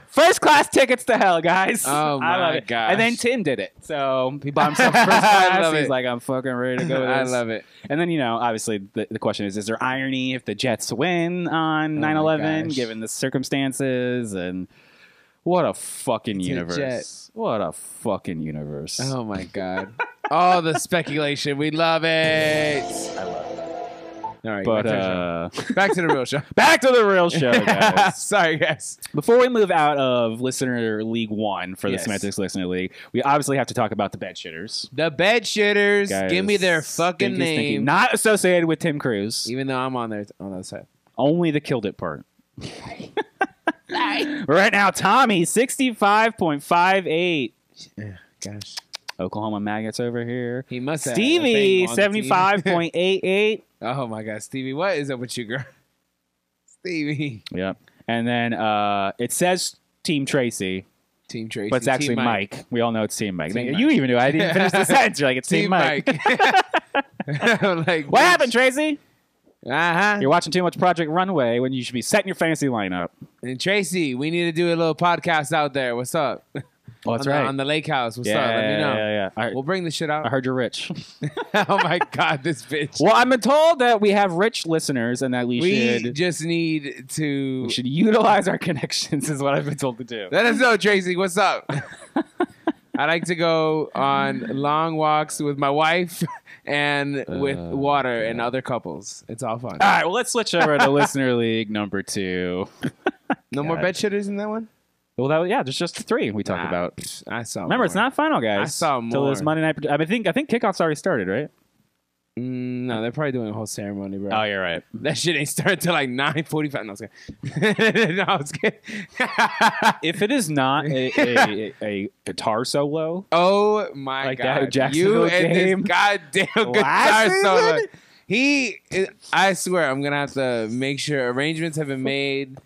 Speaker 2: First class tickets to hell, guys.
Speaker 1: Oh
Speaker 2: I love
Speaker 1: my
Speaker 2: it. And then
Speaker 1: gosh.
Speaker 2: Tim did it. So he bought himself first class.
Speaker 1: I love
Speaker 2: He's
Speaker 1: it.
Speaker 2: like, I'm fucking ready to go. with
Speaker 1: I
Speaker 2: this.
Speaker 1: love it.
Speaker 2: And then, you know, obviously the, the question is, is there irony if the Jets win on
Speaker 1: Oh my
Speaker 2: 9 11,
Speaker 1: gosh.
Speaker 2: given the circumstances? And what a fucking
Speaker 1: It's a
Speaker 2: universe. what a fucking universe.
Speaker 1: Oh my god! All the speculation. We love it. I love it. All right,
Speaker 2: but
Speaker 1: back, to
Speaker 2: uh,
Speaker 1: the show. back to the real show.
Speaker 2: back to the real show, guys.
Speaker 1: Sorry, guys.
Speaker 2: Before we move out of listener league one for the
Speaker 1: Yes.
Speaker 2: semantics listener league, we obviously have to talk about the bed shitters.
Speaker 1: The bed shitters.
Speaker 2: Guys,
Speaker 1: give me their fucking
Speaker 2: stinky,
Speaker 1: name.
Speaker 2: stinky. Not associated with Tim Cruise.
Speaker 1: Even though I'm on there on the other side.
Speaker 2: Only the killed it part. right now, Tommy sixty five point five eight.
Speaker 1: Gosh,
Speaker 2: Oklahoma maggots over here.
Speaker 1: he must. have a
Speaker 2: Stevie
Speaker 1: thing on the team.
Speaker 2: seventy five point eight eight.
Speaker 1: Oh my God, Stevie, what is up with you, girl? Stevie,
Speaker 2: Yep. And then uh, it says Team Tracy,
Speaker 1: Team Tracy,
Speaker 2: but it's
Speaker 1: Team
Speaker 2: actually Mike. We all know it's Team Mike.
Speaker 1: Team
Speaker 2: you
Speaker 1: Mike.
Speaker 2: even knew. I didn't finish the sentence. You're like it's Team,
Speaker 1: Team Mike. I'm like,
Speaker 2: What happened, Tracy?
Speaker 1: Uh huh.
Speaker 2: You're watching too much Project Runway when you should be setting your fantasy lineup.
Speaker 1: And Tracy, we need to do a little podcast out there. What's up?
Speaker 2: Oh,
Speaker 1: on, the, on the lake house. What's
Speaker 2: yeah,
Speaker 1: up? Let me know.
Speaker 2: yeah, yeah. I heard,
Speaker 1: We'll bring the shit
Speaker 2: I
Speaker 1: out.
Speaker 2: heard you're rich.
Speaker 1: oh my God, this bitch.
Speaker 2: well, I've been told that we have rich listeners and that we,
Speaker 1: we
Speaker 2: should
Speaker 1: just need to
Speaker 2: we should utilize our connections. Is what I've been told to do.
Speaker 1: let us know, Tracy. What's up? I like to go on long walks with my wife and with
Speaker 2: Uh,
Speaker 1: water and other couples. It's all fun.
Speaker 2: All right, well, let's switch over to listener league number two.
Speaker 1: No more
Speaker 2: God.
Speaker 1: bed shitters in that one?
Speaker 2: Well, that, yeah, there's just three we talked
Speaker 1: Nah,
Speaker 2: about.
Speaker 1: pfft, I saw.
Speaker 2: Remember, it's
Speaker 1: more.
Speaker 2: not final, guys.
Speaker 1: I saw
Speaker 2: Till this
Speaker 1: more.
Speaker 2: Monday night. I mean, think I think kickoff's already started, right?
Speaker 1: Mm, no, they're probably doing a whole ceremony, bro.
Speaker 2: you're right.
Speaker 1: That shit ain't started till like nine forty-five. No, I was kidding. no, I was kidding.
Speaker 2: If it is not a, a, a guitar solo,
Speaker 1: oh my
Speaker 2: Like that
Speaker 1: god, you
Speaker 2: Jacksonville
Speaker 1: and this
Speaker 2: game
Speaker 1: goddamn
Speaker 2: last
Speaker 1: guitar
Speaker 2: season?
Speaker 1: solo. He, I swear, I'm gonna have to make sure arrangements have been made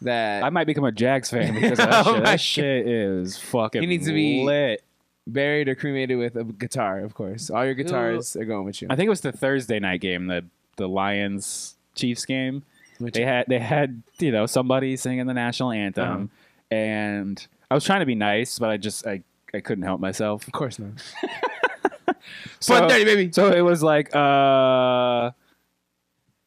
Speaker 1: that
Speaker 2: I might become a Jags fan because of that,
Speaker 1: Oh
Speaker 2: shit,
Speaker 1: my
Speaker 2: that shit is fucking.
Speaker 1: He needs to be-
Speaker 2: lit.
Speaker 1: buried or cremated with a guitar. Of course, all your guitars are going with you.
Speaker 2: I think it was the Thursday night game, the the Lions Chiefs game.
Speaker 1: Which-
Speaker 2: They had they had
Speaker 1: Uh-huh.
Speaker 2: you know somebody singing the national anthem, and I was trying to be nice, but I just I I couldn't help myself.
Speaker 1: Of course not.
Speaker 2: So,
Speaker 1: 130, baby.
Speaker 2: So it was like uh,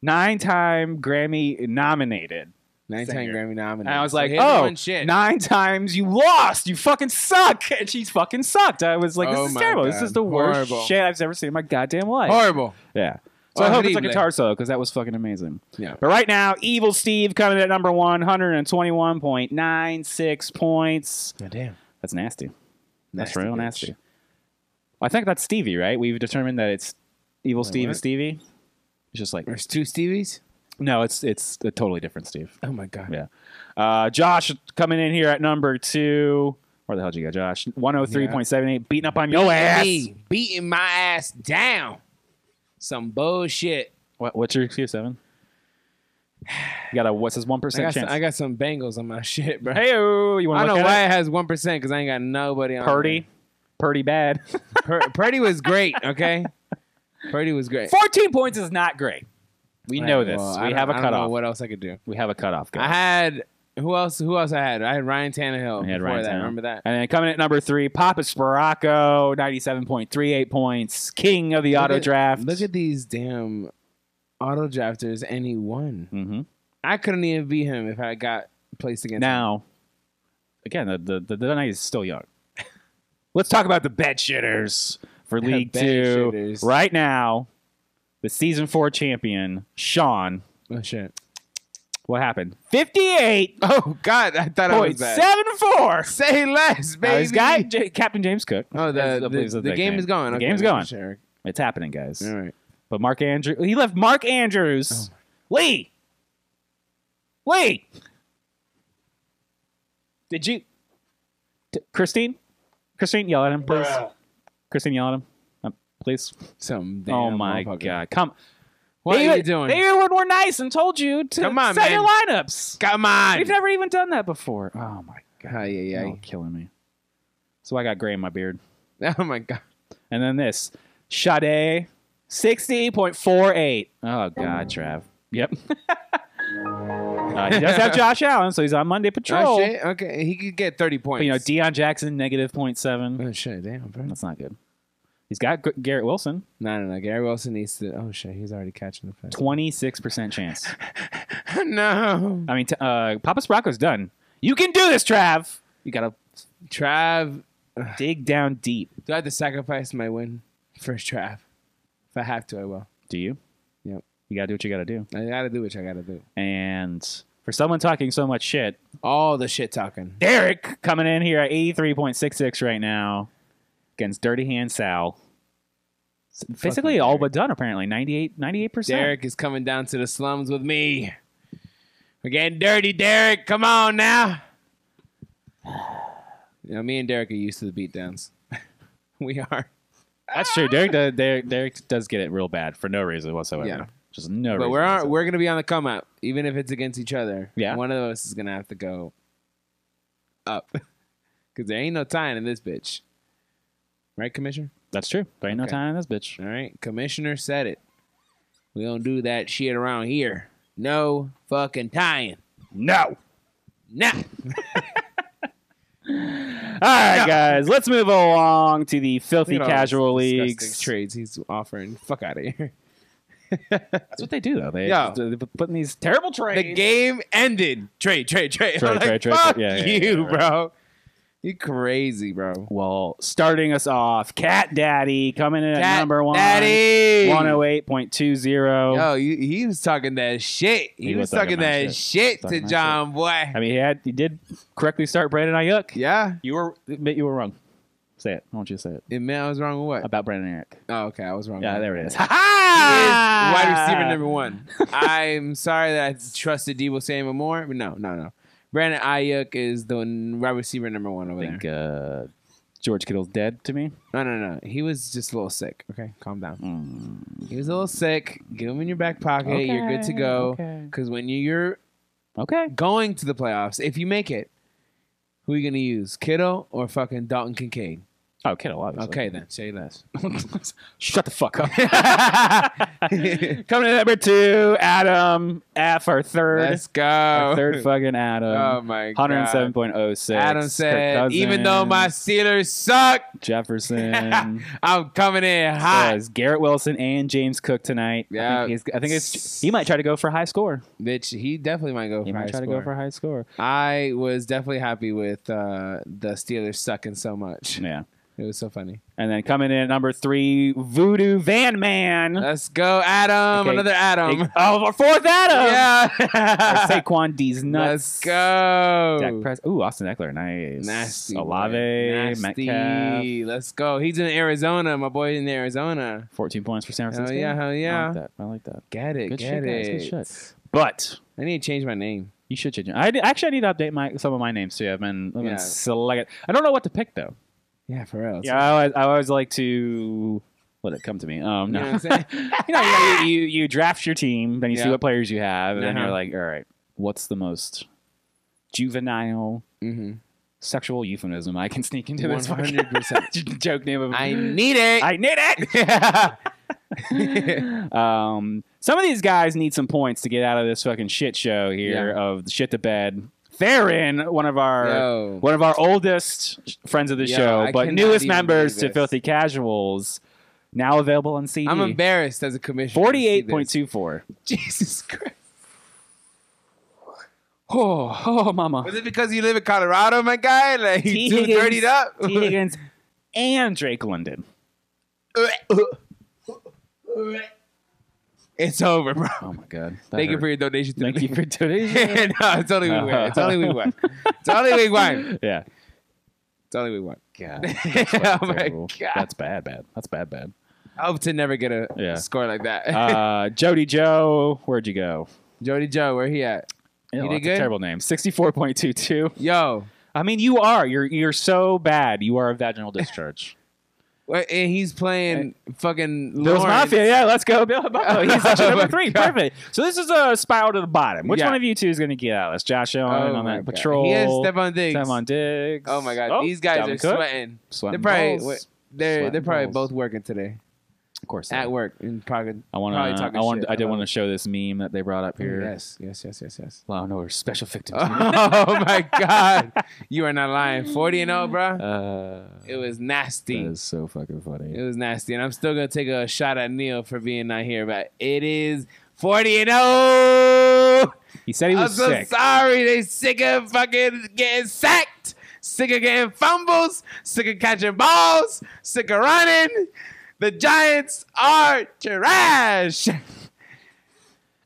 Speaker 2: nine-time Grammy nominated.
Speaker 1: Nine-time
Speaker 2: Singer.
Speaker 1: Grammy nominated.
Speaker 2: And I was
Speaker 1: So
Speaker 2: like,
Speaker 1: he hasn't
Speaker 2: oh,
Speaker 1: won shit.
Speaker 2: nine times you lost. You fucking suck. And she fucking sucked. I was like, this
Speaker 1: Oh
Speaker 2: is
Speaker 1: my
Speaker 2: terrible. This
Speaker 1: God.
Speaker 2: is the worst
Speaker 1: Horrible.
Speaker 2: shit I've ever seen in my goddamn life.
Speaker 1: horrible.
Speaker 2: Yeah. So I hope it's a
Speaker 1: Horrible.
Speaker 2: guitar solo because that was fucking amazing.
Speaker 1: Yeah.
Speaker 2: But right now, Evil Steve coming at number one, 121.96 points.
Speaker 1: God damn.
Speaker 2: That's nasty. That's
Speaker 1: Nasty
Speaker 2: real
Speaker 1: bitch.
Speaker 2: nasty. I think that's Stevie, right? We've determined that it's Evil Steve
Speaker 1: what?
Speaker 2: and Stevie. It's just like
Speaker 1: There's two Stevies.
Speaker 2: no, it's it's a totally different Steve.
Speaker 1: Oh my god.
Speaker 2: Yeah. Uh, Josh coming in here at number two. Where the hell did you go, Josh? 103.78, beating up on your ass.
Speaker 1: Me beating my ass down. Some bullshit.
Speaker 2: What, what's your excuse, Evan? You got a what's his one
Speaker 1: I
Speaker 2: percent
Speaker 1: got, some,
Speaker 2: chance?
Speaker 1: I got some bangles on my shit, bro.
Speaker 2: hey, you
Speaker 1: I
Speaker 2: want to look
Speaker 1: don't know
Speaker 2: at
Speaker 1: why
Speaker 2: it?
Speaker 1: it has one percent because I ain't got nobody on.
Speaker 2: Purdy, Purdy bad.
Speaker 1: there. Pur- Purdy was great. Okay, Purdy was great.
Speaker 2: Fourteen points is not great. We know
Speaker 1: Alright,
Speaker 2: this.
Speaker 1: well, I
Speaker 2: we
Speaker 1: don't-
Speaker 2: have a
Speaker 1: I don't know
Speaker 2: cutoff.
Speaker 1: what else I could do?
Speaker 2: We have a cutoff. guys.
Speaker 1: I had who else? Who else I had? I had Ryan Tannehill.
Speaker 2: We had
Speaker 1: before
Speaker 2: Ryan
Speaker 1: that.
Speaker 2: Tannehill.
Speaker 1: Remember that?
Speaker 2: And then coming in at number three, Papa Sparacco, ninety-seven point three eight points, king of the
Speaker 1: Look
Speaker 2: auto
Speaker 1: at-
Speaker 2: draft.
Speaker 1: Look at these damn auto drafters, and he won.
Speaker 2: hmm
Speaker 1: I couldn't even beat him if I got placed against. him.
Speaker 2: Now, again, the, the, the, the night is still young. Let's talk about the bed shitters for League
Speaker 1: Bed
Speaker 2: Two.
Speaker 1: shitters.
Speaker 2: Right now, the season four champion, Sean.
Speaker 1: oh shit!
Speaker 2: What happened? 58.74.
Speaker 1: Oh God, I thought I was bad. Say less, baby.
Speaker 2: Now, he's got J- Captain James Cook.
Speaker 1: Oh,
Speaker 2: That's-
Speaker 1: the,
Speaker 2: I believe
Speaker 1: the,
Speaker 2: is
Speaker 1: the,
Speaker 2: big
Speaker 1: game
Speaker 2: name.
Speaker 1: is going.
Speaker 2: The
Speaker 1: Okay,
Speaker 2: game's
Speaker 1: that's
Speaker 2: going.
Speaker 1: for Sure.
Speaker 2: It's happening, guys.
Speaker 1: All right.
Speaker 2: But Mark Andrews, he left Mark Andrews.
Speaker 1: Oh.
Speaker 2: Lee, Lee, did you? D- Christine, Christine, yell at him, please.
Speaker 3: Bruh.
Speaker 2: Christine, yell at him, uh, please.
Speaker 1: Some damn
Speaker 2: oh my
Speaker 1: motherfucker.
Speaker 2: God, come!
Speaker 1: What
Speaker 2: they,
Speaker 1: are you doing?
Speaker 2: They were we're nice and told you to
Speaker 1: Come on,
Speaker 2: set your
Speaker 1: man.
Speaker 2: lineups.
Speaker 1: Come on.
Speaker 2: We've never even done that before. Oh my God,
Speaker 1: Ay, ay,
Speaker 2: you're
Speaker 1: ay.
Speaker 2: killing me. So I got gray in my beard.
Speaker 1: Oh my god.
Speaker 2: And then this Sade, 60.48. Oh, God, Trav. Yep. uh, he does have Josh Allen, so he's on Monday Patrol.
Speaker 1: Oh, shit. Okay, he could get thirty points.
Speaker 2: But, you know, Deion Jackson, negative 0.7.
Speaker 1: oh shit, damn, bro.
Speaker 2: That's not good. He's got G- Garrett Wilson,
Speaker 1: No, no, no. Gary Wilson needs to. Oh shit, he's already catching the pass.
Speaker 2: 26% chance.
Speaker 1: no,
Speaker 2: I mean, t- uh, Papa Sprocko's done. You can do this, Trav. You got to
Speaker 1: Trav.
Speaker 2: dig down deep.
Speaker 1: Do I have to sacrifice my win for Trav? If I have to, I will.
Speaker 2: Do you?
Speaker 1: Yep.
Speaker 2: You got to do what you got to do.
Speaker 1: I gotta do what I gotta do.
Speaker 2: And for someone talking so much shit,
Speaker 1: All the shit talking.
Speaker 2: Derek coming in here at 83.66 right now against Dirty Hand Sal. It's Basically
Speaker 1: Fucking
Speaker 2: all
Speaker 1: Derek.
Speaker 2: but done apparently. 98 98%.
Speaker 1: Derek is coming down to the slums with me. We're getting dirty, Derek. Come on now. You know, me and Derek are used to the beatdowns. we are.
Speaker 2: That's
Speaker 1: ah!
Speaker 2: true. Derek, does, Derek Derek does get it real bad for no reason whatsoever.
Speaker 1: Yeah.
Speaker 2: Just no reason.
Speaker 1: But we're
Speaker 2: whatsoever.
Speaker 1: on, we're gonna be on the come up, even if it's against each other.
Speaker 2: Yeah.
Speaker 1: one of us is gonna have to go up because there ain't no tying in this bitch, right, Commissioner?
Speaker 2: That's true. There ain't
Speaker 1: Okay.
Speaker 2: no time in this bitch.
Speaker 1: All right, Commissioner said it. We don't do that shit around here. No fucking tying.
Speaker 2: No.
Speaker 1: Nah.
Speaker 2: All right, guys. Let's move along to the filthy
Speaker 1: Look at all
Speaker 2: casual
Speaker 1: these
Speaker 2: leagues.
Speaker 1: disgusting trades he's offering. Fuck out of here.
Speaker 2: That's what they do though. They
Speaker 1: Yeah.
Speaker 2: they're putting these terrible trades.
Speaker 1: The game ended. Trade, trade, trade.
Speaker 2: Trade,
Speaker 1: I'm like,
Speaker 2: trade, trade,
Speaker 1: Fuck
Speaker 2: trade. Yeah, yeah,
Speaker 1: you,
Speaker 2: yeah, right.
Speaker 1: bro. You crazy, bro.
Speaker 2: Well, starting us off, Cat Daddy coming in at
Speaker 1: Cat
Speaker 2: number one.
Speaker 1: Daddy.
Speaker 2: 108.20.
Speaker 1: Yo, you, he was talking that shit. He, was, talking, that shit,
Speaker 2: Talking
Speaker 1: to
Speaker 2: that
Speaker 1: John Boy.
Speaker 2: I mean, he had he did correctly start Brandon Ayuk.
Speaker 1: yeah.
Speaker 2: You were admit you were wrong. Say it. I want you to say it
Speaker 1: It meant I was wrong with what?
Speaker 2: about Brandon Ayuk.
Speaker 1: Oh, okay. I was wrong.
Speaker 2: Yeah, there it is. Ah.
Speaker 1: He
Speaker 2: Ha
Speaker 1: is wide receiver number one. I'm sorry that I trusted Debo Samuel more, but no, no, no. Brandon Ayuk is the n- wide receiver number one over
Speaker 2: I
Speaker 1: there.
Speaker 2: think uh, George Kittle's dead to me.
Speaker 1: No, no, no. He was just a little sick. Okay, calm down. He was a little sick. Get him in your back pocket. You're good to
Speaker 2: Okay,
Speaker 1: go.
Speaker 2: okay.
Speaker 1: Because when you're
Speaker 2: Okay.
Speaker 1: going to the playoffs, if you make it, who are you going to use? Kittle or fucking Dalton Kincaid?
Speaker 2: Oh, Kittle, obviously.
Speaker 1: Okay, then. Say less.
Speaker 2: Shut the fuck up. Coming to number two, Adam F, our third.
Speaker 1: Let's go.
Speaker 2: our third fucking Adam.
Speaker 1: Oh, my God.
Speaker 2: 107.06.
Speaker 1: Adam
Speaker 2: Kirk
Speaker 1: said, even
Speaker 2: Cousins,
Speaker 1: though my Steelers suck,
Speaker 2: Jefferson
Speaker 1: I'm coming in hot.
Speaker 2: says Garrett Wilson and James Cook tonight. I
Speaker 1: Yeah.
Speaker 2: think, he's- I think it's he might try to go for a high score.
Speaker 1: Bitch, he definitely might go
Speaker 2: He
Speaker 1: for high
Speaker 2: might try to
Speaker 1: score.
Speaker 2: go for a high score.
Speaker 1: I was definitely happy with uh, the Steelers sucking so much.
Speaker 2: Yeah.
Speaker 1: It was so funny.
Speaker 2: And then coming in at number three, Voodoo Van Man.
Speaker 1: Let's go, Adam.
Speaker 2: Okay.
Speaker 1: Another Adam.
Speaker 2: oh, our fourth Adam. Or
Speaker 1: yeah.
Speaker 2: Saquon D's
Speaker 1: Let's
Speaker 2: nuts.
Speaker 1: go.
Speaker 2: Dak Pres- Ooh, Austin Eckler, nice.
Speaker 1: Nasty. boy.
Speaker 2: Olave,
Speaker 1: Nasty.
Speaker 2: Metcalf.
Speaker 1: Let's go. He's in Arizona. My boy in Arizona.
Speaker 2: 14 points for San
Speaker 1: Hell
Speaker 2: Francisco.
Speaker 1: yeah, hell
Speaker 2: I like
Speaker 1: yeah.
Speaker 2: that. I like that.
Speaker 1: Get it,
Speaker 2: Oh, Good
Speaker 1: get
Speaker 2: shit, guys.
Speaker 1: it.
Speaker 2: Good shit. But
Speaker 1: I need to change my name.
Speaker 2: you should change it. I, actually, I need to update my some of my names too. I've been, I've been
Speaker 1: Yeah.
Speaker 2: select- I don't know what to pick, though.
Speaker 1: Yeah, for real.
Speaker 2: Yeah, I always, I always like to let it come to me. Um, no.
Speaker 1: You know what I'm saying?
Speaker 2: you, know, you, you, you draft your team, then you see
Speaker 1: Yeah.
Speaker 2: what players you have, and then
Speaker 1: Uh-huh.
Speaker 2: you're like, all right, what's the most juvenile
Speaker 1: Mhm.
Speaker 2: sexual euphemism I can sneak into this fucking
Speaker 1: 100%.
Speaker 2: joke name of
Speaker 1: I need it.
Speaker 2: I need it. um, some of these guys need some points to get out of this fucking shit show here
Speaker 1: Yeah.
Speaker 2: of the shit to bed. Theron, one of our
Speaker 1: Yo.
Speaker 2: one of our oldest friends of the
Speaker 1: Yo,
Speaker 2: show,
Speaker 1: I
Speaker 2: but
Speaker 1: cannot
Speaker 2: newest
Speaker 1: even
Speaker 2: members
Speaker 1: believe
Speaker 2: to
Speaker 1: this.
Speaker 2: Filthy Casuals, now available on CD.
Speaker 1: I'm embarrassed as a commissioner. to see
Speaker 2: Forty-eight
Speaker 1: this.
Speaker 2: point two four.
Speaker 1: Jesus Christ.
Speaker 2: Oh, oh, mama.
Speaker 1: Was it because you live in Colorado, my guy? Like you too dirtied up.
Speaker 2: T. Higgins and Drake London.
Speaker 1: it's over, bro.
Speaker 2: Oh my god. That
Speaker 1: Thank you
Speaker 2: hurt.
Speaker 1: for your donation. To
Speaker 2: Thank
Speaker 1: me.
Speaker 2: you for donating.
Speaker 1: no, it's only we win. It's only we win. It's only we win.
Speaker 2: yeah.
Speaker 1: It's only we win.
Speaker 2: God.
Speaker 1: oh my
Speaker 2: Terrible.
Speaker 1: god.
Speaker 2: That's bad, bad. That's bad, bad.
Speaker 1: I hope to never get a
Speaker 2: Yeah.
Speaker 1: score like that.
Speaker 2: Uh, Jody Joe, where'd you go?
Speaker 1: Jody Joe, where he at?
Speaker 2: Yeah,
Speaker 1: did
Speaker 2: lots of
Speaker 1: good?
Speaker 2: Terrible name. Sixty-four point two two.
Speaker 1: Yo,
Speaker 2: I mean, you are. You're you're so bad. You are a vaginal discharge.
Speaker 1: Wait, and he's playing fucking
Speaker 2: Bills
Speaker 1: Lawrence.
Speaker 2: Mafia. Yeah, let's go, Bill. Buffalo. He's actually
Speaker 1: Oh
Speaker 2: number
Speaker 1: my
Speaker 2: three.
Speaker 1: God.
Speaker 2: Perfect. So this is a spiral to the bottom. Which
Speaker 1: Yeah.
Speaker 2: one of you two is going to get out? That's Josh
Speaker 1: Oh
Speaker 2: Allen on
Speaker 1: my
Speaker 2: that
Speaker 1: God.
Speaker 2: patrol.
Speaker 1: He has Stephon Diggs.
Speaker 2: Stephon Diggs.
Speaker 1: Oh my god,
Speaker 2: Oh,
Speaker 1: these guys
Speaker 2: Dalvin
Speaker 1: are
Speaker 2: Cook.
Speaker 1: sweating.
Speaker 2: Sweating
Speaker 1: they're probably
Speaker 2: balls.
Speaker 1: they're
Speaker 2: Sweating
Speaker 1: they're probably
Speaker 2: balls.
Speaker 1: both working today
Speaker 2: Of course.
Speaker 1: at work and probably
Speaker 2: I want
Speaker 1: probably
Speaker 2: to.
Speaker 1: talking
Speaker 2: I want.
Speaker 1: shit
Speaker 2: I did
Speaker 1: about
Speaker 2: want to show this meme that they brought up
Speaker 1: it.
Speaker 2: here.
Speaker 1: Yes, yes, yes, yes, yes.
Speaker 2: Wow, no, we're special victims.
Speaker 1: Oh my god, you are not lying. Forty and zero, bro.
Speaker 2: Uh,
Speaker 1: It was nasty.
Speaker 2: that is so fucking funny.
Speaker 1: It was nasty, and I'm still gonna take a shot at Neil for being not here. But it is forty and zero.
Speaker 2: He said he
Speaker 1: I'm
Speaker 2: was
Speaker 1: so
Speaker 2: sick.
Speaker 1: sorry. They sick of fucking getting sacked, sick of getting fumbles, sick of catching balls, sick of running. The Giants are trash. Yo,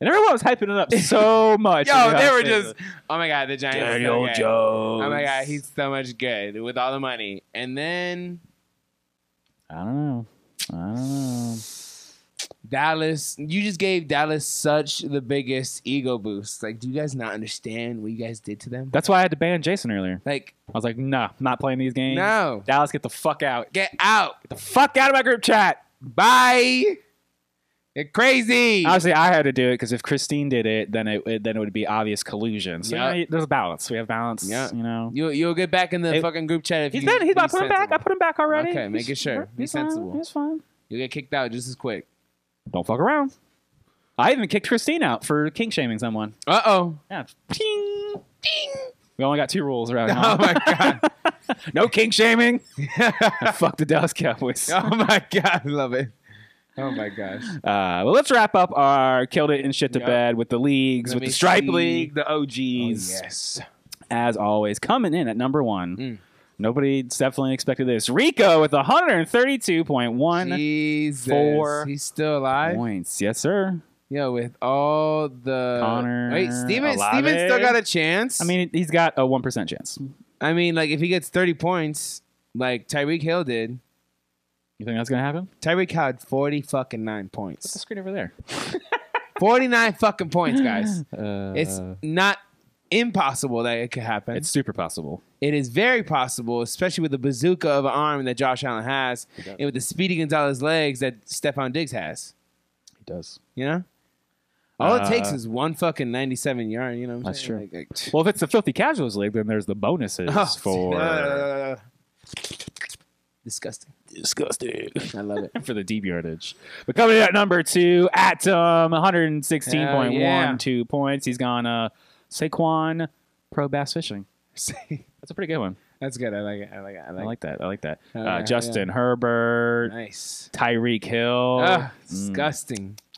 Speaker 2: And everyone was hyping it up so much.
Speaker 1: they were just, oh my god, the Giants. are so good.
Speaker 2: Jones.
Speaker 1: Oh my god, he's so much good with all the money. And then
Speaker 2: I don't know. I don't know.
Speaker 1: Dallas, you just gave Dallas such the biggest ego boost. Like, do you guys not understand what you guys did to them?
Speaker 2: That's why I had to ban Jason earlier.
Speaker 1: Like,
Speaker 2: I was like, nah, not playing these games.
Speaker 1: No.
Speaker 2: Dallas, get the fuck out. Get
Speaker 1: get out.
Speaker 2: the fuck out of my group chat.
Speaker 1: Bye. You're crazy.
Speaker 2: Obviously, I had to do it because if Christine did it, then it, it- then it would be obvious collusion. So
Speaker 1: Yeah.
Speaker 2: you know, there's a balance. We have balance.
Speaker 1: Yeah.
Speaker 2: You know.
Speaker 1: You you'll get back in the
Speaker 2: Hey,
Speaker 1: fucking group chat if
Speaker 2: He's
Speaker 1: you.
Speaker 2: been. He's about to
Speaker 1: you
Speaker 2: put him back.
Speaker 1: sensible.
Speaker 2: I put him back already.
Speaker 1: Okay, making
Speaker 2: He's-
Speaker 1: sure. Be
Speaker 2: He's fine.
Speaker 1: sensible.
Speaker 2: He's fine.
Speaker 1: You'll get kicked out just as quick.
Speaker 2: Don't fuck around. I even kicked Christine out for kink shaming someone.
Speaker 1: Uh oh.
Speaker 2: Yeah. Ding. Ding. We only got two rules around
Speaker 1: Oh
Speaker 2: now.
Speaker 1: my god.
Speaker 2: no kink shaming. And Fuck the Dallas Cowboys. Uh,
Speaker 1: oh my god. I love it. Oh my gosh.
Speaker 2: Uh, well, let's wrap up our killed it and shit to
Speaker 1: Yep.
Speaker 2: bed with the leagues,
Speaker 1: Let
Speaker 2: with
Speaker 1: me
Speaker 2: the Stripe
Speaker 1: see. Oh,
Speaker 2: League, the OGs.
Speaker 1: yes.
Speaker 2: As always, coming in at number one.
Speaker 1: Mm.
Speaker 2: Nobody definitely expected this. Rico with 132.1
Speaker 1: Jesus.
Speaker 2: four
Speaker 1: He's still alive.
Speaker 2: points. Yes, sir.
Speaker 1: Yo, with all the
Speaker 2: Connor,
Speaker 1: Wait, Steven
Speaker 2: Olave.
Speaker 1: Steven still got a chance.
Speaker 2: I mean, he's got a 1% chance.
Speaker 1: I mean, like if he gets thirty points, like Tyreek Hill did.
Speaker 2: You think that's going to happen?
Speaker 1: Tyreek had forty fucking
Speaker 2: What's
Speaker 1: nine
Speaker 2: the
Speaker 1: points.
Speaker 2: screen over there?
Speaker 1: Forty nine fucking points, guys.
Speaker 2: Uh,
Speaker 1: It's not impossible that it could happen.
Speaker 2: it's super possible.
Speaker 1: It is very possible, especially with the bazooka of an arm that Josh Allen has, and with the speedy Gonzalez legs that Stephon Diggs has.
Speaker 2: It does.
Speaker 1: You know, all it takes
Speaker 2: Uh,
Speaker 1: is one fucking ninety-seven yard. You know, what I'm
Speaker 2: That's
Speaker 1: saying?
Speaker 2: true.
Speaker 1: Like, like,
Speaker 2: Well, if it's the Filthy Casuals League, then there's the bonuses
Speaker 1: oh,
Speaker 2: for.
Speaker 1: uh, Disgusting.
Speaker 2: Disgusting.
Speaker 1: I love it.
Speaker 2: for the deep yardage. But coming in at number two, Atom, 116.12 points. He's gone uh, Saquon Pro Bass Fishing.
Speaker 1: See?
Speaker 2: That's a pretty good one.
Speaker 1: That's good. I like it. I like it. I like,
Speaker 2: I like that. I like that.
Speaker 1: Oh,
Speaker 2: Uh,
Speaker 1: yeah,
Speaker 2: Justin Herbert,
Speaker 1: it. Nice.
Speaker 2: Tyreek Hill.
Speaker 1: Ah,
Speaker 2: Mm.
Speaker 1: disgusting.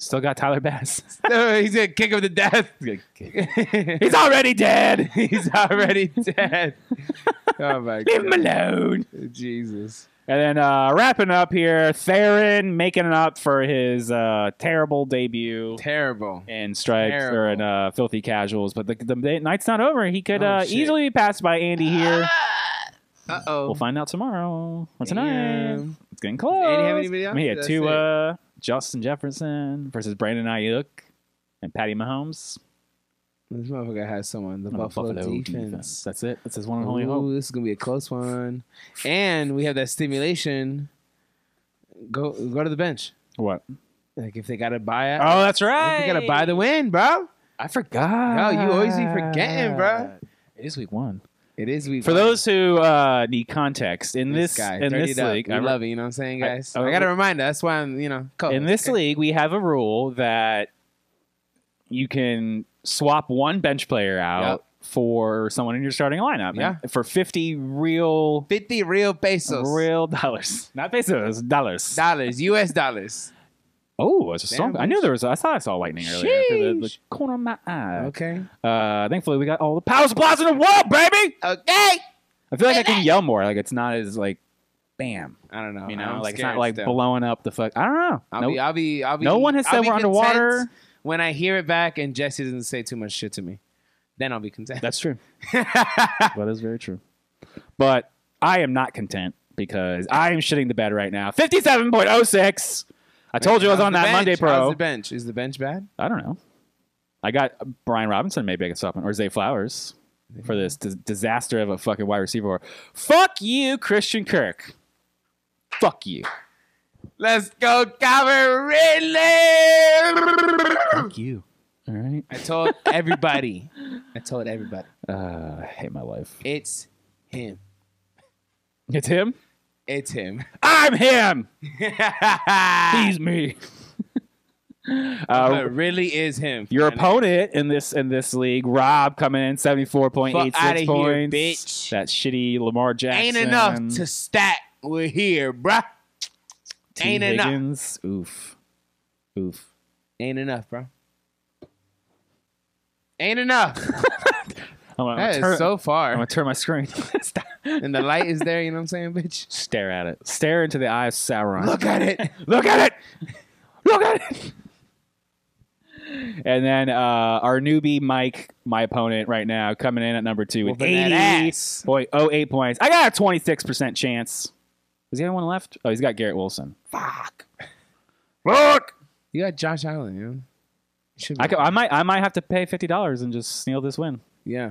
Speaker 2: Still got Tyler Bass.
Speaker 1: No, he's gonna kick him to death.
Speaker 2: He's already dead.
Speaker 1: he's already dead. oh my
Speaker 2: Leave him
Speaker 1: god.
Speaker 2: alone.
Speaker 1: Jesus.
Speaker 2: And then uh, wrapping up here, Theron making it up for his uh, terrible debut.
Speaker 1: Terrible.
Speaker 2: and stripes
Speaker 1: Terrible.
Speaker 2: or in uh, filthy casuals. But the, the day- night's not over. He could
Speaker 1: Oh,
Speaker 2: uh,
Speaker 1: shit. Ah!
Speaker 2: easily be passed by Andy here.
Speaker 1: Uh oh.
Speaker 2: We'll find out tomorrow or tonight.
Speaker 1: Damn.
Speaker 2: It's getting close.
Speaker 1: Andy have anybody
Speaker 2: I mean, he
Speaker 1: else?
Speaker 2: had
Speaker 1: That's
Speaker 2: two uh, Justin Jefferson versus Brandon Ayuk and Patty Mahomes.
Speaker 1: This motherfucker has someone. The
Speaker 2: on the
Speaker 1: Buffalo, defense.
Speaker 2: That's it. That's his one and only hope.
Speaker 1: Ooh, this is gonna be a close one. And we have that stimulation. Go go to the bench.
Speaker 2: What?
Speaker 1: Like if they gotta buy it.
Speaker 2: Oh, that's
Speaker 1: if
Speaker 2: right.
Speaker 1: they gotta buy the win, bro.
Speaker 2: I forgot.
Speaker 1: No, you always be forgetting, bruh.
Speaker 2: It is week one.
Speaker 1: It is we
Speaker 2: Uh, For those who uh, need context, in this,
Speaker 1: guy,
Speaker 2: in
Speaker 1: dirty
Speaker 2: this
Speaker 1: it up.
Speaker 2: league,
Speaker 1: we
Speaker 2: I re-
Speaker 1: love it. Oh, You know what I'm saying,
Speaker 2: I-
Speaker 1: guys?
Speaker 2: I
Speaker 1: I,
Speaker 2: re-
Speaker 1: gotta remind us. That's why I'm, you know,
Speaker 2: in this league we have a rule that you can swap one bench player out for someone in your starting lineup
Speaker 1: Yeah.
Speaker 2: and for 50 real
Speaker 1: fifty real pesos,
Speaker 2: real dollars not pesos dollars
Speaker 1: dollars, U.S. dollars.
Speaker 2: oh it's a storm
Speaker 1: Damn,
Speaker 2: i knew there was i thought i saw lightning earlier through the, the
Speaker 1: Sheesh.
Speaker 2: corner of my eye
Speaker 1: Okay.
Speaker 2: uh thankfully we got all the power supplies in the world baby
Speaker 1: Okay.
Speaker 2: i feel like i can yell more like it's not as like bam
Speaker 1: I don't know.
Speaker 2: you know
Speaker 1: I'm
Speaker 2: like it's
Speaker 1: scared
Speaker 2: not like
Speaker 1: still.
Speaker 2: blowing up the fuck i don't know
Speaker 1: I'll
Speaker 2: Nope.
Speaker 1: be. I'll be. I'll be.
Speaker 2: No one has
Speaker 1: I'll
Speaker 2: said
Speaker 1: be
Speaker 2: we're underwater.
Speaker 1: content When I hear it back and Jesse doesn't say too much shit to me, then I'll be content.
Speaker 2: That's true. that is very true. But I am not content because I am shitting the bed right now. 57.06. I told you I was
Speaker 1: How's
Speaker 2: on
Speaker 1: the
Speaker 2: that
Speaker 1: bench?
Speaker 2: Monday
Speaker 1: How's
Speaker 2: pro.
Speaker 1: the bench? Is the bench bad?
Speaker 2: I don't know. I got Brian Robinson. Maybe I could swap him or Zay Flowers for this dis- disaster of a fucking wide receiver. Fuck you, Christian Kirk. Fuck you.
Speaker 1: Let's go, Calvin Ridley.
Speaker 2: Fuck you. All right.
Speaker 1: I told everybody. I told everybody.
Speaker 2: Uh, I hate my life.
Speaker 1: It's him.
Speaker 2: It's him.
Speaker 1: It's him.
Speaker 2: I'm him. He's me. Uh, Oh.
Speaker 1: But it really is him.
Speaker 2: Your
Speaker 1: man.
Speaker 2: opponent in this in this league, Rob, coming in seventy four point eight
Speaker 1: Fuck outta
Speaker 2: six
Speaker 1: here,
Speaker 2: points.
Speaker 1: bitch.
Speaker 2: That shitty Lamar Jackson.
Speaker 1: ain't enough to stack. We're here, bruh.
Speaker 2: T.
Speaker 1: ain't enough.
Speaker 2: Higgins. Oof, oof.
Speaker 1: Ain't enough, bro. Ain't enough.
Speaker 2: I'm gonna,
Speaker 1: That
Speaker 2: I'm
Speaker 1: is
Speaker 2: gonna turn,
Speaker 1: so
Speaker 2: I'm
Speaker 1: far.
Speaker 2: gonna turn my screen.
Speaker 1: And the light is there, you know what I'm saying, bitch?
Speaker 2: Stare at it. Stare into the eye of Sauron.
Speaker 1: Look at it.
Speaker 2: Look at it. Look at it. And then uh, our newbie Mike, my opponent right now, coming in at number two with
Speaker 1: Whooping that
Speaker 2: eighty
Speaker 1: ass.
Speaker 2: point oh eight points. I got a twenty six percent chance. Is the other one left? Oh, he's got Garrett Wilson.
Speaker 1: Fuck.
Speaker 2: Look,
Speaker 1: You got Josh Allen, you know? You should be-
Speaker 2: I, could, I might I might have to pay fifty dollars and just steal this win.
Speaker 1: yeah.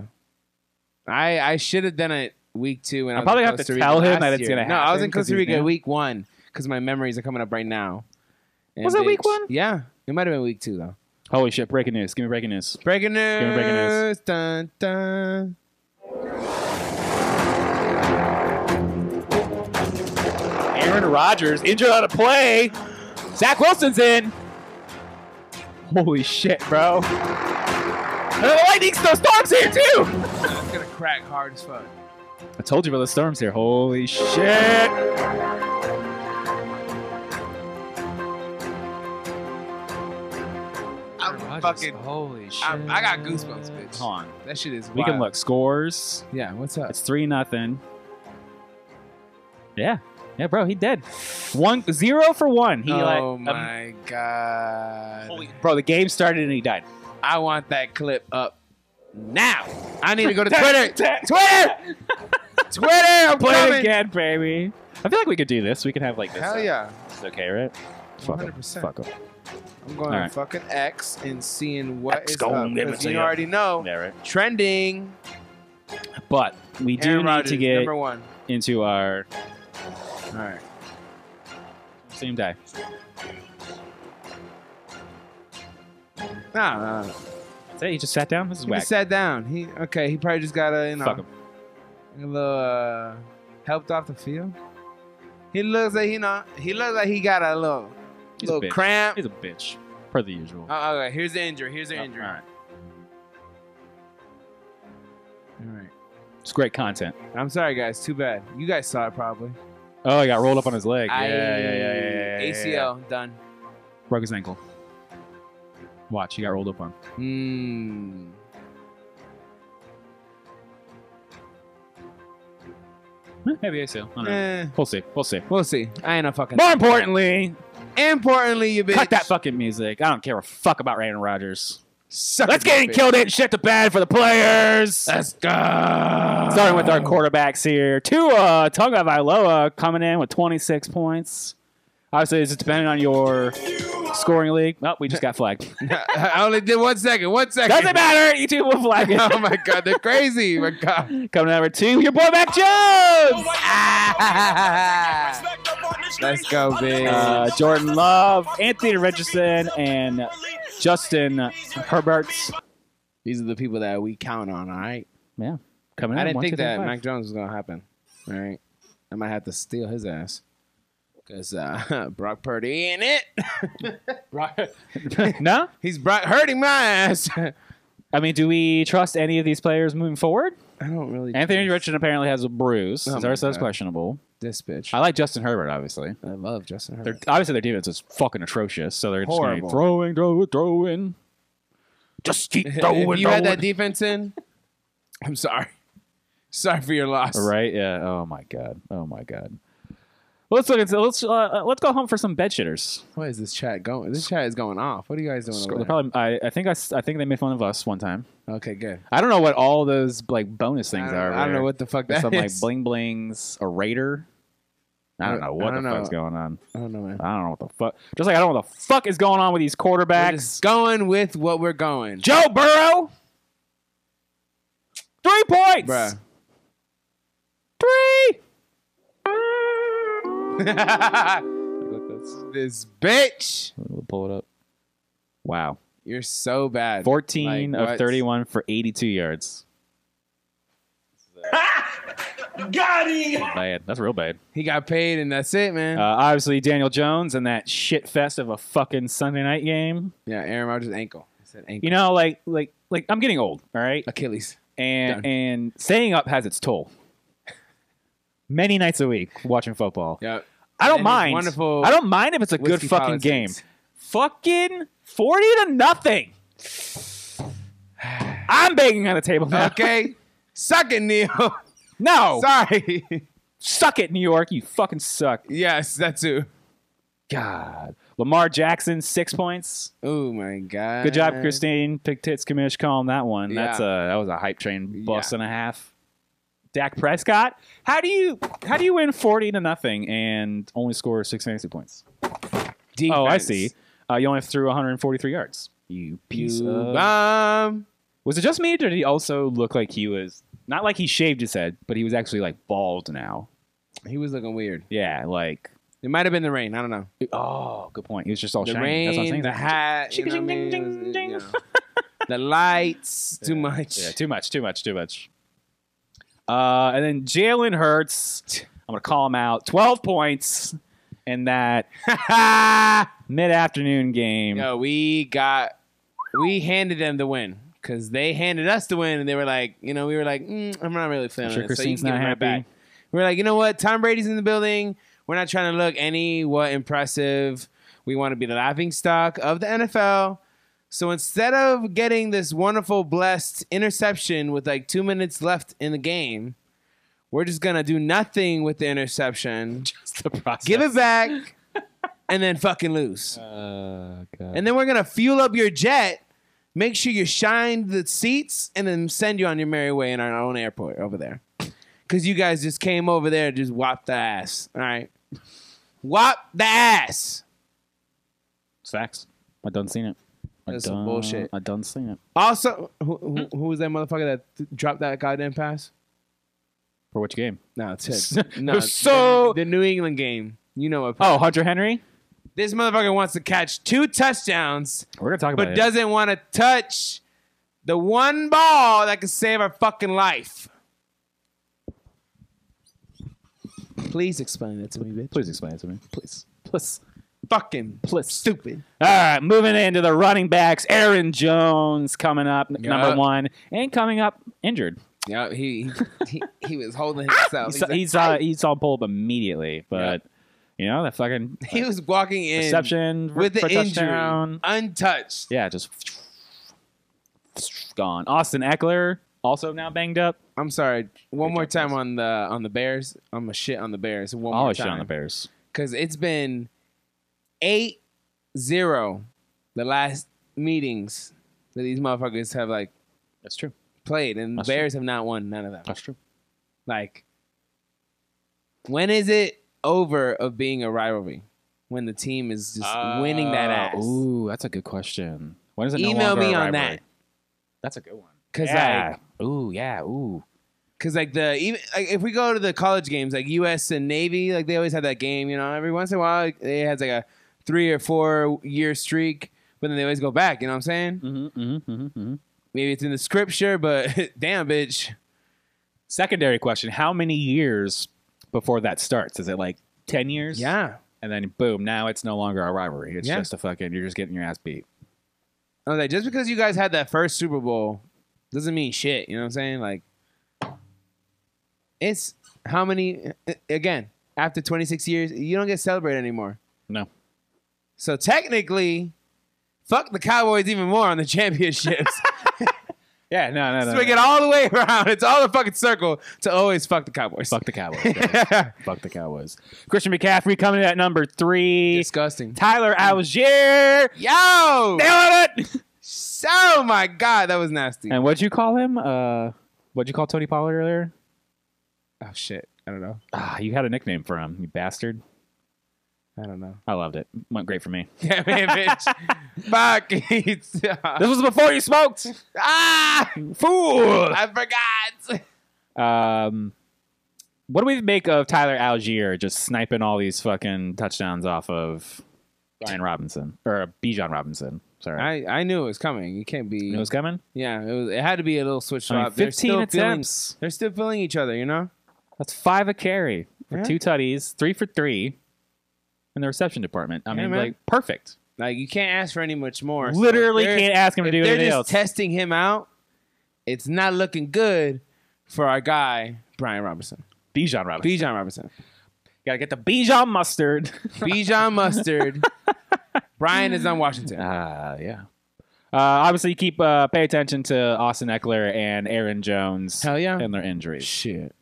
Speaker 1: I I should have done it week two. When I
Speaker 2: I'll
Speaker 1: was
Speaker 2: probably
Speaker 1: in
Speaker 2: have to
Speaker 1: Costa Rica
Speaker 2: tell him
Speaker 1: last
Speaker 2: that it's
Speaker 1: year.
Speaker 2: gonna
Speaker 1: No, I was in
Speaker 2: happen 'cause
Speaker 1: Costa
Speaker 2: he's
Speaker 1: Rica
Speaker 2: now.
Speaker 1: week one because my memories are coming up right now. And
Speaker 2: Was it week
Speaker 1: bitch-
Speaker 2: one?
Speaker 1: Yeah. It might have been week two, though.
Speaker 2: Holy shit! Breaking news! Give me breaking news!
Speaker 1: Breaking news.
Speaker 2: me breaking news.
Speaker 1: Dun, dun.
Speaker 2: Aaron Rodgers injured on a play. Zach Wilson's in. Holy shit, bro! And the lightning snowstorms here too.
Speaker 1: It's going to crack hard as fuck.
Speaker 2: I told you about the storms here. Holy shit!
Speaker 1: I'm fucking.
Speaker 2: holy shit!
Speaker 1: I'm, I got goosebumps, bitch.
Speaker 2: Hold on.
Speaker 1: That shit is
Speaker 2: We can
Speaker 1: wild.
Speaker 2: look scores.
Speaker 1: Yeah, what's up?
Speaker 2: It's three nothing. Yeah, yeah, bro, he dead. One zero for one. He like,
Speaker 1: oh
Speaker 2: um, Oh,
Speaker 1: my god.
Speaker 2: holy- bro, the game started and he died.
Speaker 1: I want that clip up now. I need to go to
Speaker 2: Twitter,
Speaker 1: Twitter.
Speaker 2: Twitter,
Speaker 1: Twitter, I'm
Speaker 2: play
Speaker 1: coming.
Speaker 2: again, baby. I feel like we could do this. We could have like this.
Speaker 1: Hell
Speaker 2: up.
Speaker 1: yeah.
Speaker 2: It's okay, right? Fuck 'em.
Speaker 1: 100%.
Speaker 2: Fuck 'em.
Speaker 1: I'm going
Speaker 2: All
Speaker 1: on
Speaker 2: right.
Speaker 1: fucking X and seeing what
Speaker 2: X
Speaker 1: is
Speaker 2: gonna
Speaker 1: up.
Speaker 2: give it
Speaker 1: 'cause
Speaker 2: to
Speaker 1: you
Speaker 2: you.
Speaker 1: already know.
Speaker 2: Yeah, right.
Speaker 1: Trending.
Speaker 2: But we do
Speaker 1: Aaron
Speaker 2: need
Speaker 1: Rodgers,
Speaker 2: to get
Speaker 1: number one.
Speaker 2: into our
Speaker 1: All right.
Speaker 2: same day.
Speaker 1: No, no, no.
Speaker 2: That's it. He just sat down. This is
Speaker 1: He
Speaker 2: whack.
Speaker 1: just sat down. He okay. He probably just got a you know
Speaker 2: Fuck him.
Speaker 1: a little uh, helped off the field. He looks like you know. He looks like he got a little,
Speaker 2: He's a
Speaker 1: little
Speaker 2: bitch.
Speaker 1: cramp.
Speaker 2: He's a bitch, per the usual.
Speaker 1: Oh, okay, here's the injury. Here's the
Speaker 2: Oh,
Speaker 1: injury.
Speaker 2: All right. All right. It's great content.
Speaker 1: I'm sorry, guys. Too bad. You guys saw it probably.
Speaker 2: Oh, he got rolled up on his leg.
Speaker 1: I-
Speaker 2: yeah, yeah, yeah, yeah, yeah, yeah, yeah.
Speaker 1: ACL done.
Speaker 2: Broke his ankle. Watch, he got rolled up on.
Speaker 1: Hmm.
Speaker 2: Eh, Maybe ACL. I don't know.
Speaker 1: Eh,
Speaker 2: We'll see. We'll see.
Speaker 1: we'll see. I ain't a fucking.
Speaker 2: More importantly,
Speaker 1: Importantly, you bitch.
Speaker 2: cut that fucking music. I don't care a fuck about Aaron Rodgers.
Speaker 1: Suck
Speaker 2: Let's
Speaker 1: it,
Speaker 2: get it,
Speaker 1: bitch.
Speaker 2: killed it, and shit to bed for the players.
Speaker 1: Let's go.
Speaker 2: Starting with our quarterbacks here. Tua Tonga Vailoa coming in with 26 points. Obviously, it's depending on your scoring league. Oh, we just got flagged.
Speaker 1: I only did one second. One second.
Speaker 2: Doesn't matter. You two will flag it.
Speaker 1: oh my god, they're crazy. My god.
Speaker 2: Coming number two, your boy Mac Jones.
Speaker 1: Let's go, big.
Speaker 2: Uh, Jordan Love, Anthony Richardson, and Justin Herbert.
Speaker 1: These are the people that we count on. All right.
Speaker 2: Yeah, coming in.
Speaker 1: I didn't
Speaker 2: one,
Speaker 1: think
Speaker 2: two, three,
Speaker 1: that
Speaker 2: five.
Speaker 1: Mac Jones was gonna happen. All right. I might have to steal his ass. Cause uh, Brock Purdy ain't it.
Speaker 2: no,
Speaker 1: He's Brock hurting my ass. I
Speaker 2: I mean, do we trust any of these players moving forward?
Speaker 1: don't really.
Speaker 2: Anthony
Speaker 1: trust
Speaker 2: Richardson apparently has a bruise.
Speaker 1: Oh
Speaker 2: so
Speaker 1: my
Speaker 2: that's
Speaker 1: God.
Speaker 2: questionable.
Speaker 1: This bitch.
Speaker 2: I
Speaker 1: I,
Speaker 2: like Justin Herbert, obviously.
Speaker 1: love Justin Herbert.
Speaker 2: They're, obviously, their defense is fucking atrocious, so they're just going to
Speaker 1: Horrible.
Speaker 2: throwing, throwing, throwing. Just keep throwing,
Speaker 1: if you had that
Speaker 2: throwing.
Speaker 1: defense in, I'm sorry. Sorry for your loss.
Speaker 2: Right? Yeah. Oh my god. Oh my god. Well, let's look at let's uh, let's go home for some bed shitters.
Speaker 1: What is this chat going? This chat is going off. What are you guys doing?
Speaker 2: They're
Speaker 1: Over there?
Speaker 2: Probably, I, I think I, s- I think they made fun of us one time.
Speaker 1: Okay, good.
Speaker 2: I don't know what all those like bonus
Speaker 1: I
Speaker 2: things
Speaker 1: don't,
Speaker 2: are.
Speaker 1: I don't know what the fuck that
Speaker 2: some like
Speaker 1: is.
Speaker 2: bling blings, a raider. I don't
Speaker 1: I-
Speaker 2: know what the
Speaker 1: I don't
Speaker 2: fuck's
Speaker 1: know.
Speaker 2: going on.
Speaker 1: I don't know, man.
Speaker 2: I don't know what the fuck. Just like I don't know what the fuck is going on with these
Speaker 1: We're
Speaker 2: quarterbacks.
Speaker 1: just going with what we're going.
Speaker 2: Joe Burrow, three points.
Speaker 1: Bruh.
Speaker 2: Three.
Speaker 1: this bitch.
Speaker 2: We'll pull it up. Wow.
Speaker 1: You're so bad.
Speaker 2: 14
Speaker 1: Like,
Speaker 2: of
Speaker 1: what?
Speaker 2: 31 for 82 yards. Got him. Bad. That's real bad.
Speaker 1: He got paid and that's it, man.
Speaker 2: Uh, obviously, Daniel Jones and that shit fest of a fucking Sunday night game.
Speaker 1: yeah, Aaron Rodgers ankle. He said ankle.
Speaker 2: You know, like, like, like I'm getting old. All right,
Speaker 1: Achilles.
Speaker 2: and
Speaker 1: done.
Speaker 2: and staying up has its toll. Many nights a week watching football.
Speaker 1: Yep.
Speaker 2: I
Speaker 1: And
Speaker 2: don't
Speaker 1: his
Speaker 2: mind.
Speaker 1: wonderful
Speaker 2: I don't mind if it's a good
Speaker 1: whiskey
Speaker 2: fucking
Speaker 1: politics.
Speaker 2: game. Fucking forty to nothing. I'm banging on the table now.
Speaker 1: Okay. Suck it, Neil.
Speaker 2: No,
Speaker 1: Sorry.
Speaker 2: suck it, New York. You fucking suck.
Speaker 1: yes, that too.
Speaker 2: God. Lamar Jackson, six points.
Speaker 1: Oh my god.
Speaker 2: Good job, Christine. Big tits, commish, calling that one. That's a
Speaker 1: Yeah.
Speaker 2: that was a hype train bus
Speaker 1: Yeah.
Speaker 2: and a half. Dak Prescott, how do you how do you win forty to nothing and only score six fantasy points?
Speaker 1: Defense.
Speaker 2: Oh, I see. Uh, you only threw one hundred and forty three yards. You piece
Speaker 1: You
Speaker 2: of.
Speaker 1: bum.
Speaker 2: Was it just me, or did he also look like he was not like he shaved his head, but he was actually like bald now?
Speaker 1: He was looking weird.
Speaker 2: Yeah, like
Speaker 1: It might have been the rain. I don't know.
Speaker 2: oh, good point. He was just all
Speaker 1: The
Speaker 2: shiny.
Speaker 1: rain,
Speaker 2: That's what I'm saying.
Speaker 1: the hat, you know what I mean? It was- it- you know. the lights. Too
Speaker 2: Yeah.
Speaker 1: much.
Speaker 2: Yeah, too much, too much, too much. Uh, and then Jalen Hurts, I'm gonna call him out. Twelve points in that mid-afternoon game.
Speaker 1: Yo, we got we handed them the win because they handed us the win, and they were like, you know, we were like, mm, I'm not really feeling
Speaker 2: I'm sure
Speaker 1: it.
Speaker 2: Christine's
Speaker 1: so you
Speaker 2: not
Speaker 1: can give it right
Speaker 2: happy.
Speaker 1: back. We We're like, you know what? Tom Brady's in the building. We're not trying to look any what impressive. We want to be the laughing stock of the NFL. So instead of getting this wonderful blessed interception with like two minutes left in the game, we're just gonna do nothing with the interception.
Speaker 2: Just the process.
Speaker 1: Give it back. And then fucking lose.
Speaker 2: Uh, God.
Speaker 1: And then we're gonna fuel up your jet, make sure you shine the seats, and then send you on your merry way in our own airport over there. Cause you guys just came over there and just whopped the ass. All right. Whop the ass.
Speaker 2: Facts. I done seen it. I
Speaker 1: That's some
Speaker 2: done,
Speaker 1: bullshit.
Speaker 2: I done seen it.
Speaker 1: Also, who, who,
Speaker 2: Hmm?
Speaker 1: who was that motherfucker that th- dropped that goddamn pass?
Speaker 2: For which game?
Speaker 1: No, it's him. No,
Speaker 2: So-
Speaker 1: the, the New England game. You know what?
Speaker 2: Oh, Hunter Henry.
Speaker 1: This motherfucker wants to catch two touchdowns,
Speaker 2: We're gonna talk about
Speaker 1: but
Speaker 2: it.
Speaker 1: doesn't want to touch the one ball that can save our fucking life. Please explain that to me, bitch.
Speaker 2: Please explain it to me. Please. Please.
Speaker 1: Fucking
Speaker 2: Please.
Speaker 1: stupid.
Speaker 2: All right, moving into the running backs. Aaron Jones coming up, n-
Speaker 1: Yeah.
Speaker 2: number one, and coming up injured.
Speaker 1: Yeah, he he, he was holding himself.
Speaker 2: He's, he's, uh, he's all pulled immediately, but you know that fucking
Speaker 1: he was walking in
Speaker 2: reception
Speaker 1: with
Speaker 2: for
Speaker 1: the injury,
Speaker 2: touchdown.
Speaker 1: untouched.
Speaker 2: Yeah, just gone. Austin Eckler also now banged up.
Speaker 1: I'm sorry. One
Speaker 2: Pick
Speaker 1: more
Speaker 2: up
Speaker 1: time
Speaker 2: this.
Speaker 1: on the on the Bears. I'm a shit on the Bears. One more
Speaker 2: Always
Speaker 1: time.
Speaker 2: shit on the Bears.
Speaker 1: because it's been 8 0 the last meetings that these motherfuckers have like
Speaker 2: That's true.
Speaker 1: played, and the
Speaker 2: That's
Speaker 1: Bears have not won none of them.
Speaker 2: That's true.
Speaker 1: Like, when is it over of being a rivalry? When the team is just winning that ass.
Speaker 2: Uh, Ooh, that's a good question. When is it? no
Speaker 1: Email
Speaker 2: longer
Speaker 1: me
Speaker 2: a
Speaker 1: on
Speaker 2: rivalry?
Speaker 1: that.
Speaker 2: That's a good one.
Speaker 1: Cause
Speaker 2: yeah.
Speaker 1: like,
Speaker 2: ooh, yeah, ooh.
Speaker 1: cause like the even like if we go to the college games, like U.S. and Navy, like they always had that game. You know, every once in a while like, they has like a three or four year streak, but then they always go back. You know what I'm saying?
Speaker 2: Mm-hmm, mm-hmm, mm-hmm.
Speaker 1: Maybe it's in the scripture, but damn, bitch.
Speaker 2: Secondary question: How many years before that starts? Is it like ten years?
Speaker 1: Yeah.
Speaker 2: And then boom, now it's no longer a rivalry. It's
Speaker 1: Yeah.
Speaker 2: just a fucking. You're just getting your ass beat.
Speaker 1: I was like, just because you guys had that first Super Bowl doesn't mean shit. You know what I'm saying? Like, it's how many, again, after 26 years, you don't get celebrated anymore.
Speaker 2: No.
Speaker 1: So technically, fuck the Cowboys even more on the championships.
Speaker 2: Yeah, no, no, no.
Speaker 1: Swing
Speaker 2: no.
Speaker 1: it all the way around. It's all a fucking circle to always fuck the Cowboys.
Speaker 2: Fuck the Cowboys. guys. Fuck the Cowboys. Christian McCaffrey coming in at number three.
Speaker 1: Disgusting.
Speaker 2: Tyler Algier.
Speaker 1: Yo!
Speaker 2: Nailed it.
Speaker 1: Oh my God, that was nasty.
Speaker 2: And what'd you call him? Uh, what'd you call Tony Pollard earlier?
Speaker 1: Oh shit. I don't know.
Speaker 2: Ah, you had a nickname for him, you bastard.
Speaker 1: I don't know.
Speaker 2: I loved it. Went great for me.
Speaker 1: Damn it, bitch. Fuck. It's- uh,
Speaker 2: This was before you smoked,
Speaker 1: ah!
Speaker 2: fool.
Speaker 1: I forgot.
Speaker 2: Um, what do we make of Tyler Algier just sniping all these fucking touchdowns off of Brian Robinson or Bijan Robinson? Sorry,
Speaker 1: I, I knew it was coming. It can't be.
Speaker 2: it was coming.
Speaker 1: yeah, it, was, it had to be a little switch
Speaker 2: I mean,
Speaker 1: swap. they're still
Speaker 2: Fifteen
Speaker 1: feeling.
Speaker 2: attempts.
Speaker 1: They're still feeling each other, you know.
Speaker 2: That's five a carry for
Speaker 1: Yeah.
Speaker 2: two tutties, three for three in the reception department. I
Speaker 1: Yeah,
Speaker 2: mean,
Speaker 1: man.
Speaker 2: like perfect.
Speaker 1: Like you can't ask for any much more. So
Speaker 2: Literally
Speaker 1: if they're-
Speaker 2: can't ask him to
Speaker 1: if
Speaker 2: do
Speaker 1: they're
Speaker 2: anything
Speaker 1: just
Speaker 2: else.
Speaker 1: testing him out. It's not looking good for our guy Brian Robinson,
Speaker 2: Bijan Robinson.
Speaker 1: Bijan Robinson,
Speaker 2: Gotta get the Bijan mustard.
Speaker 1: Bijan Mustard. Brian is on Washington.
Speaker 2: Ah, yeah. Uh, obviously, keep uh, pay attention to Austin Eckler and Aaron Jones
Speaker 1: Hell yeah.
Speaker 2: and their injuries.
Speaker 1: Shit.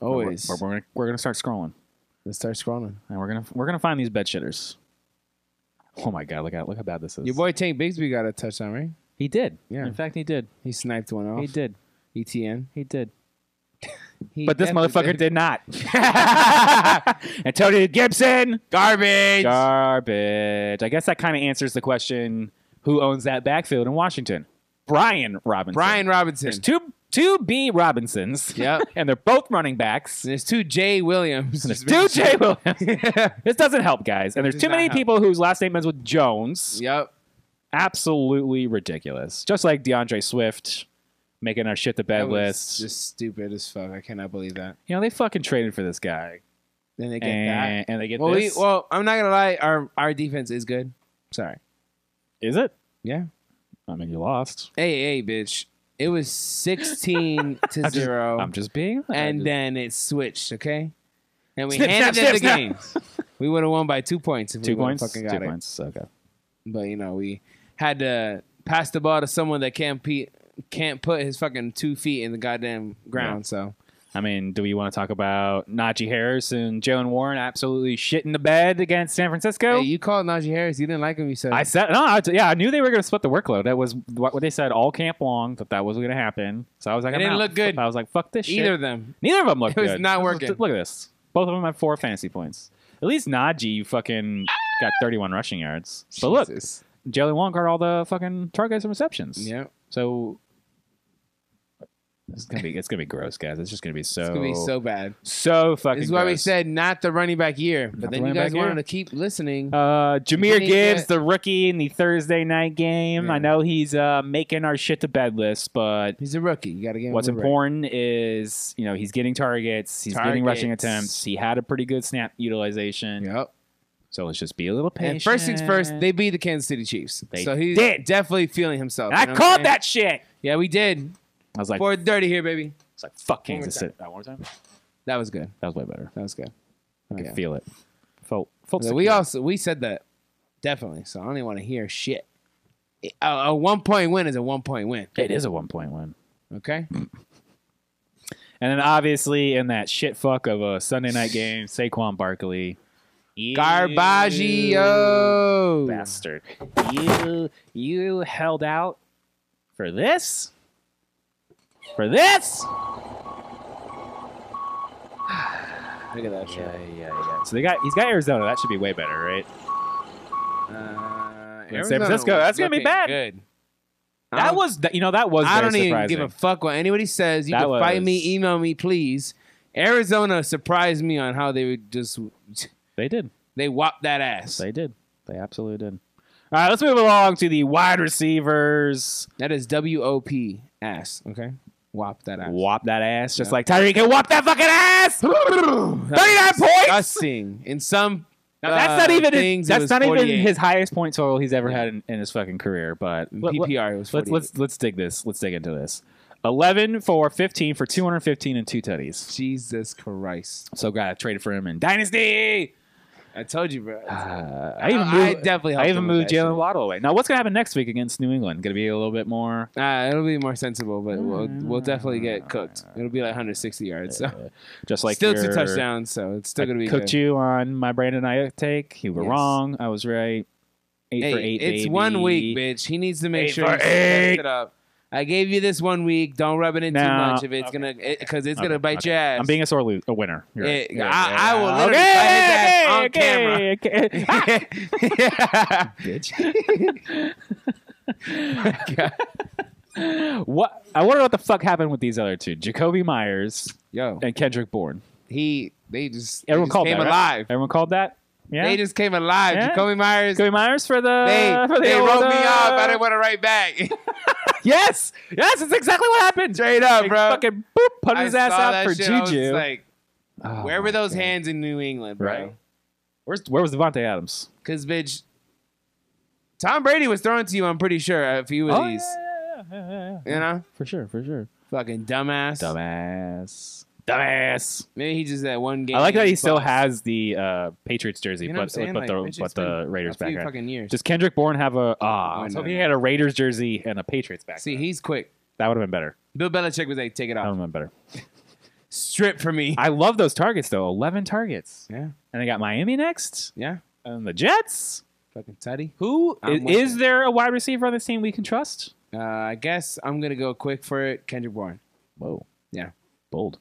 Speaker 1: Always.
Speaker 2: We're, we're, gonna, we're gonna start scrolling,
Speaker 1: Let's start scrolling.
Speaker 2: and we're gonna we're gonna find these bed shitters. Oh my god! Look how look how bad this is.
Speaker 1: Your boy Tank Bigsby got a touchdown, right?
Speaker 2: he did.
Speaker 1: Yeah.
Speaker 2: In fact, he did.
Speaker 1: He sniped one off.
Speaker 2: He
Speaker 1: E
Speaker 2: did.
Speaker 1: ETN.
Speaker 2: He did.
Speaker 1: He
Speaker 2: But this
Speaker 1: definitely
Speaker 2: motherfucker did not. and Tony Gibson.
Speaker 1: Garbage.
Speaker 2: Garbage. I guess that kind of answers the question: Who owns that backfield in Washington? Brian Robinson.
Speaker 1: Brian Robinson.
Speaker 2: There's two two B Robinsons.
Speaker 1: Yep.
Speaker 2: and they're both running backs.
Speaker 1: And There's two Jay Williams. Just
Speaker 2: Two
Speaker 1: making
Speaker 2: J
Speaker 1: sure.
Speaker 2: Williams. this doesn't help, guys. And there's
Speaker 1: does
Speaker 2: too
Speaker 1: not
Speaker 2: many
Speaker 1: help.
Speaker 2: people whose last name ends with Jones.
Speaker 1: yep.
Speaker 2: Absolutely ridiculous. Just like DeAndre Swift making our shit to bed
Speaker 1: That was
Speaker 2: list.
Speaker 1: Just stupid as fuck. I cannot believe that.
Speaker 2: you know, they fucking traded for this guy.
Speaker 1: Then they get
Speaker 2: And, and they
Speaker 1: that.
Speaker 2: get
Speaker 1: Well, we,
Speaker 2: this.
Speaker 1: well, I'm not gonna lie. Our our defense is good. Sorry.
Speaker 2: Is it?
Speaker 1: Yeah.
Speaker 2: I mean, you lost.
Speaker 1: Hey, hey, bitch. It was 16 to
Speaker 2: I'm just-
Speaker 1: zero,
Speaker 2: I'm just being.
Speaker 1: and
Speaker 2: I just-
Speaker 1: then it switched. Okay. And we
Speaker 2: Snip,
Speaker 1: handed
Speaker 2: snap,
Speaker 1: them the
Speaker 2: snip,
Speaker 1: games. we would have won by two points if
Speaker 2: two
Speaker 1: we would've
Speaker 2: points.
Speaker 1: fucking
Speaker 2: Two
Speaker 1: got it.
Speaker 2: points. Okay.
Speaker 1: But you know, we had to pass the ball to someone that can't pe- can't put his fucking two feet in the goddamn ground. So.
Speaker 2: I mean, do we want to talk about Najee Harris and Jalen Warren absolutely shitting the bed against San Francisco?
Speaker 1: Hey, you called Najee Harris. You didn't like him. You said
Speaker 2: I said no. I, yeah, I knew they were going to split the workload. That was what what they said all camp long that that was going to happen. So I was like,
Speaker 1: It
Speaker 2: I'm
Speaker 1: didn't
Speaker 2: out.
Speaker 1: look good.
Speaker 2: I was like, fuck this shit.
Speaker 1: either of them.
Speaker 2: Neither of them looked
Speaker 1: It was
Speaker 2: good.
Speaker 1: not
Speaker 2: Look-
Speaker 1: working.
Speaker 2: Look at this. Both of them had four fantasy points. At least Najee you fucking got 31 rushing yards. But look,
Speaker 1: Jesus.
Speaker 2: Jalen Warren got all the fucking targets and receptions.
Speaker 1: yeah,
Speaker 2: So It's gonna be it's gonna be gross, guys. It's just gonna be so
Speaker 1: It's gonna be so bad.
Speaker 2: so fucking.
Speaker 1: This is why we
Speaker 2: gross.
Speaker 1: said not the running back year,
Speaker 2: Not
Speaker 1: but
Speaker 2: the
Speaker 1: then you
Speaker 2: running back
Speaker 1: guys
Speaker 2: year.
Speaker 1: wanted to keep listening.
Speaker 2: Uh, Jameer
Speaker 1: Didn't he
Speaker 2: Gibbs,
Speaker 1: get-
Speaker 2: the rookie in the Thursday night game. I
Speaker 1: Yeah.
Speaker 2: know he's uh, making our shit to bed list, but
Speaker 1: He's a rookie. You got to give him
Speaker 2: what's
Speaker 1: a break.
Speaker 2: important is you know he's getting targets, he's getting rushing
Speaker 1: Targets.
Speaker 2: attempts. He had a pretty good snap utilization,
Speaker 1: Yep.
Speaker 2: so let's just be a little patient.
Speaker 1: And first things first, they beat the Kansas City Chiefs.
Speaker 2: They
Speaker 1: so he's
Speaker 2: did.
Speaker 1: definitely feeling himself.
Speaker 2: I
Speaker 1: you know what I'm
Speaker 2: called
Speaker 1: saying?
Speaker 2: that shit.
Speaker 1: Yeah, we did.
Speaker 2: I was like,
Speaker 1: Four thirty here, baby.
Speaker 2: it's like fuck
Speaker 1: One more
Speaker 2: Kansas
Speaker 1: time.
Speaker 2: City. That one more time.
Speaker 1: That was good.
Speaker 2: That was way better.
Speaker 1: That was good.
Speaker 2: I
Speaker 1: Yeah.
Speaker 2: could feel it. Felt, felt
Speaker 1: So we
Speaker 2: secure.
Speaker 1: also we said that definitely. So I don't even want to hear shit. A, a one point win is a one point win.
Speaker 2: It is a one point win.
Speaker 1: Okay.
Speaker 2: And then obviously in that shit fuck of a Sunday night game, Saquon Barkley. You
Speaker 1: Garbaggio.
Speaker 2: Bastard. You you held out for this? For this?
Speaker 1: Look at that shit.
Speaker 2: yeah, yeah. So they got he's got Arizona. That should be way better, right?
Speaker 1: Uh,
Speaker 2: San
Speaker 1: Arizona
Speaker 2: Francisco,
Speaker 1: was
Speaker 2: that's gonna be
Speaker 1: looking
Speaker 2: bad.
Speaker 1: Good. I
Speaker 2: That
Speaker 1: don't-
Speaker 2: was you know, that was
Speaker 1: I
Speaker 2: very
Speaker 1: don't even
Speaker 2: surprising.
Speaker 1: give a fuck what anybody says. You
Speaker 2: That
Speaker 1: can fight
Speaker 2: was-
Speaker 1: me, email me, please. Arizona surprised me on how they would just
Speaker 2: They did.
Speaker 1: they whopped that ass.
Speaker 2: They did. They absolutely did. All right, let's move along to the wide receivers.
Speaker 1: That is W O P ass. Okay, whop that ass.
Speaker 2: Whop that ass, just
Speaker 1: Yeah.
Speaker 2: like Tyreek can whop that fucking ass. Thirty-nine
Speaker 1: That's
Speaker 2: points.
Speaker 1: Disgusting. In some.
Speaker 2: Now, that's
Speaker 1: uh,
Speaker 2: not even his,
Speaker 1: things, it
Speaker 2: that's
Speaker 1: was
Speaker 2: not
Speaker 1: 48.
Speaker 2: even his highest point total he's ever had in, in his fucking career. But
Speaker 1: In
Speaker 2: let- let-
Speaker 1: PPR. It was
Speaker 2: let's
Speaker 1: 48.
Speaker 2: let's let's dig this. Let's dig into this. Eleven for fifteen for two hundred fifteen and two tutties.
Speaker 1: Jesus Christ!
Speaker 2: So glad I traded for him in Dynasty.
Speaker 1: I told you, bro.
Speaker 2: Uh, I
Speaker 1: I,
Speaker 2: even
Speaker 1: I
Speaker 2: moved,
Speaker 1: definitely.
Speaker 2: I,
Speaker 1: helped
Speaker 2: even
Speaker 1: him with
Speaker 2: moved
Speaker 1: that
Speaker 2: Jalen Waddle away. Now what's gonna happen next week against New England? Gonna be a little bit more.
Speaker 1: shit. Uh, it'll be more sensible, but we'll we'll definitely get cooked. It'll be like 160 yards. So
Speaker 2: uh, just Ah. like
Speaker 1: still
Speaker 2: your-
Speaker 1: two touchdowns, so it's still
Speaker 2: I
Speaker 1: gonna be
Speaker 2: cooked
Speaker 1: good.
Speaker 2: you on my Brandon I take. You were
Speaker 1: Yes.
Speaker 2: wrong. I was right. Eight
Speaker 1: Hey,
Speaker 2: for eight.
Speaker 1: it's
Speaker 2: baby.
Speaker 1: one week, bitch. He needs to make
Speaker 2: Eight
Speaker 1: sure
Speaker 2: for
Speaker 1: he steps
Speaker 2: eight.
Speaker 1: it up. I gave you this one week. Don't rub it in too
Speaker 2: Nah.
Speaker 1: much if it's
Speaker 2: Okay.
Speaker 1: gonna because it's
Speaker 2: Okay.
Speaker 1: gonna bite
Speaker 2: Okay.
Speaker 1: your ass.
Speaker 2: I'm being a sore lo- a winner. You're right.
Speaker 1: Yeah,
Speaker 2: You're
Speaker 1: I-
Speaker 2: right.
Speaker 1: I will
Speaker 2: Yeah.
Speaker 1: literally fight his ass on
Speaker 2: okay, okay. Ah, Ah. what? I wonder what the fuck happened with these other two, Jacoby Myers
Speaker 1: Yo,
Speaker 2: and Kendrick Bourne.
Speaker 1: he they just, they
Speaker 2: Everyone
Speaker 1: just
Speaker 2: called
Speaker 1: came
Speaker 2: that, right?
Speaker 1: alive.
Speaker 2: Everyone called that. Yeah.
Speaker 1: They just came alive.
Speaker 2: Yeah.
Speaker 1: Jacoby Myers.
Speaker 2: Jacoby uh, Myers for the.
Speaker 1: They,
Speaker 2: for the
Speaker 1: they
Speaker 2: old,
Speaker 1: wrote me
Speaker 2: uh,
Speaker 1: off. I didn't want to write back.
Speaker 2: Yes, yes, that's exactly what happened.
Speaker 1: Straight up,
Speaker 2: They
Speaker 1: bro.
Speaker 2: Fucking boop, put
Speaker 1: I
Speaker 2: his ass
Speaker 1: saw
Speaker 2: out
Speaker 1: that
Speaker 2: for
Speaker 1: shit. I was
Speaker 2: Juju.
Speaker 1: like,
Speaker 2: Oh
Speaker 1: where were
Speaker 2: my
Speaker 1: those
Speaker 2: God.
Speaker 1: hands in New England, bro?
Speaker 2: Right. Where's where was Devonte Adams?
Speaker 1: Because bitch, Tom Brady was throwing to you. I'm pretty sure a few
Speaker 2: Oh,
Speaker 1: of these. You know,
Speaker 2: for sure, for sure.
Speaker 1: fucking dumbass.
Speaker 2: Dumbass, dumbass.
Speaker 1: Maybe he just that one game.
Speaker 2: I like that he
Speaker 1: was
Speaker 2: still
Speaker 1: close.
Speaker 2: has the uh, Patriots jersey,
Speaker 1: You know what I'm
Speaker 2: but,
Speaker 1: saying?
Speaker 2: but the
Speaker 1: Like, bitch,
Speaker 2: but
Speaker 1: it's
Speaker 2: the
Speaker 1: been
Speaker 2: Raiders
Speaker 1: a few
Speaker 2: background.
Speaker 1: fucking years.
Speaker 2: Does Kendrick Bourne have a ah?
Speaker 1: Oh,
Speaker 2: I was
Speaker 1: no,
Speaker 2: hoping he
Speaker 1: no.
Speaker 2: had a Raiders jersey and a Patriots background.
Speaker 1: See, he's quick.
Speaker 2: that would have been better.
Speaker 1: Bill Belichick was like, take it
Speaker 2: That would
Speaker 1: off.
Speaker 2: have been better.
Speaker 1: Strip for me.
Speaker 2: I love those targets though. Eleven targets,
Speaker 1: yeah,
Speaker 2: and they got Miami next,
Speaker 1: yeah.
Speaker 2: and the Jets.
Speaker 1: Fucking tutty.
Speaker 2: Who
Speaker 1: I'm
Speaker 2: is,
Speaker 1: with
Speaker 2: is
Speaker 1: you.
Speaker 2: there a wide receiver on this team we can trust?
Speaker 1: Uh, I guess I'm gonna go quick for it. Kendrick Bourne.
Speaker 2: Whoa.
Speaker 1: Yeah.
Speaker 2: Bold.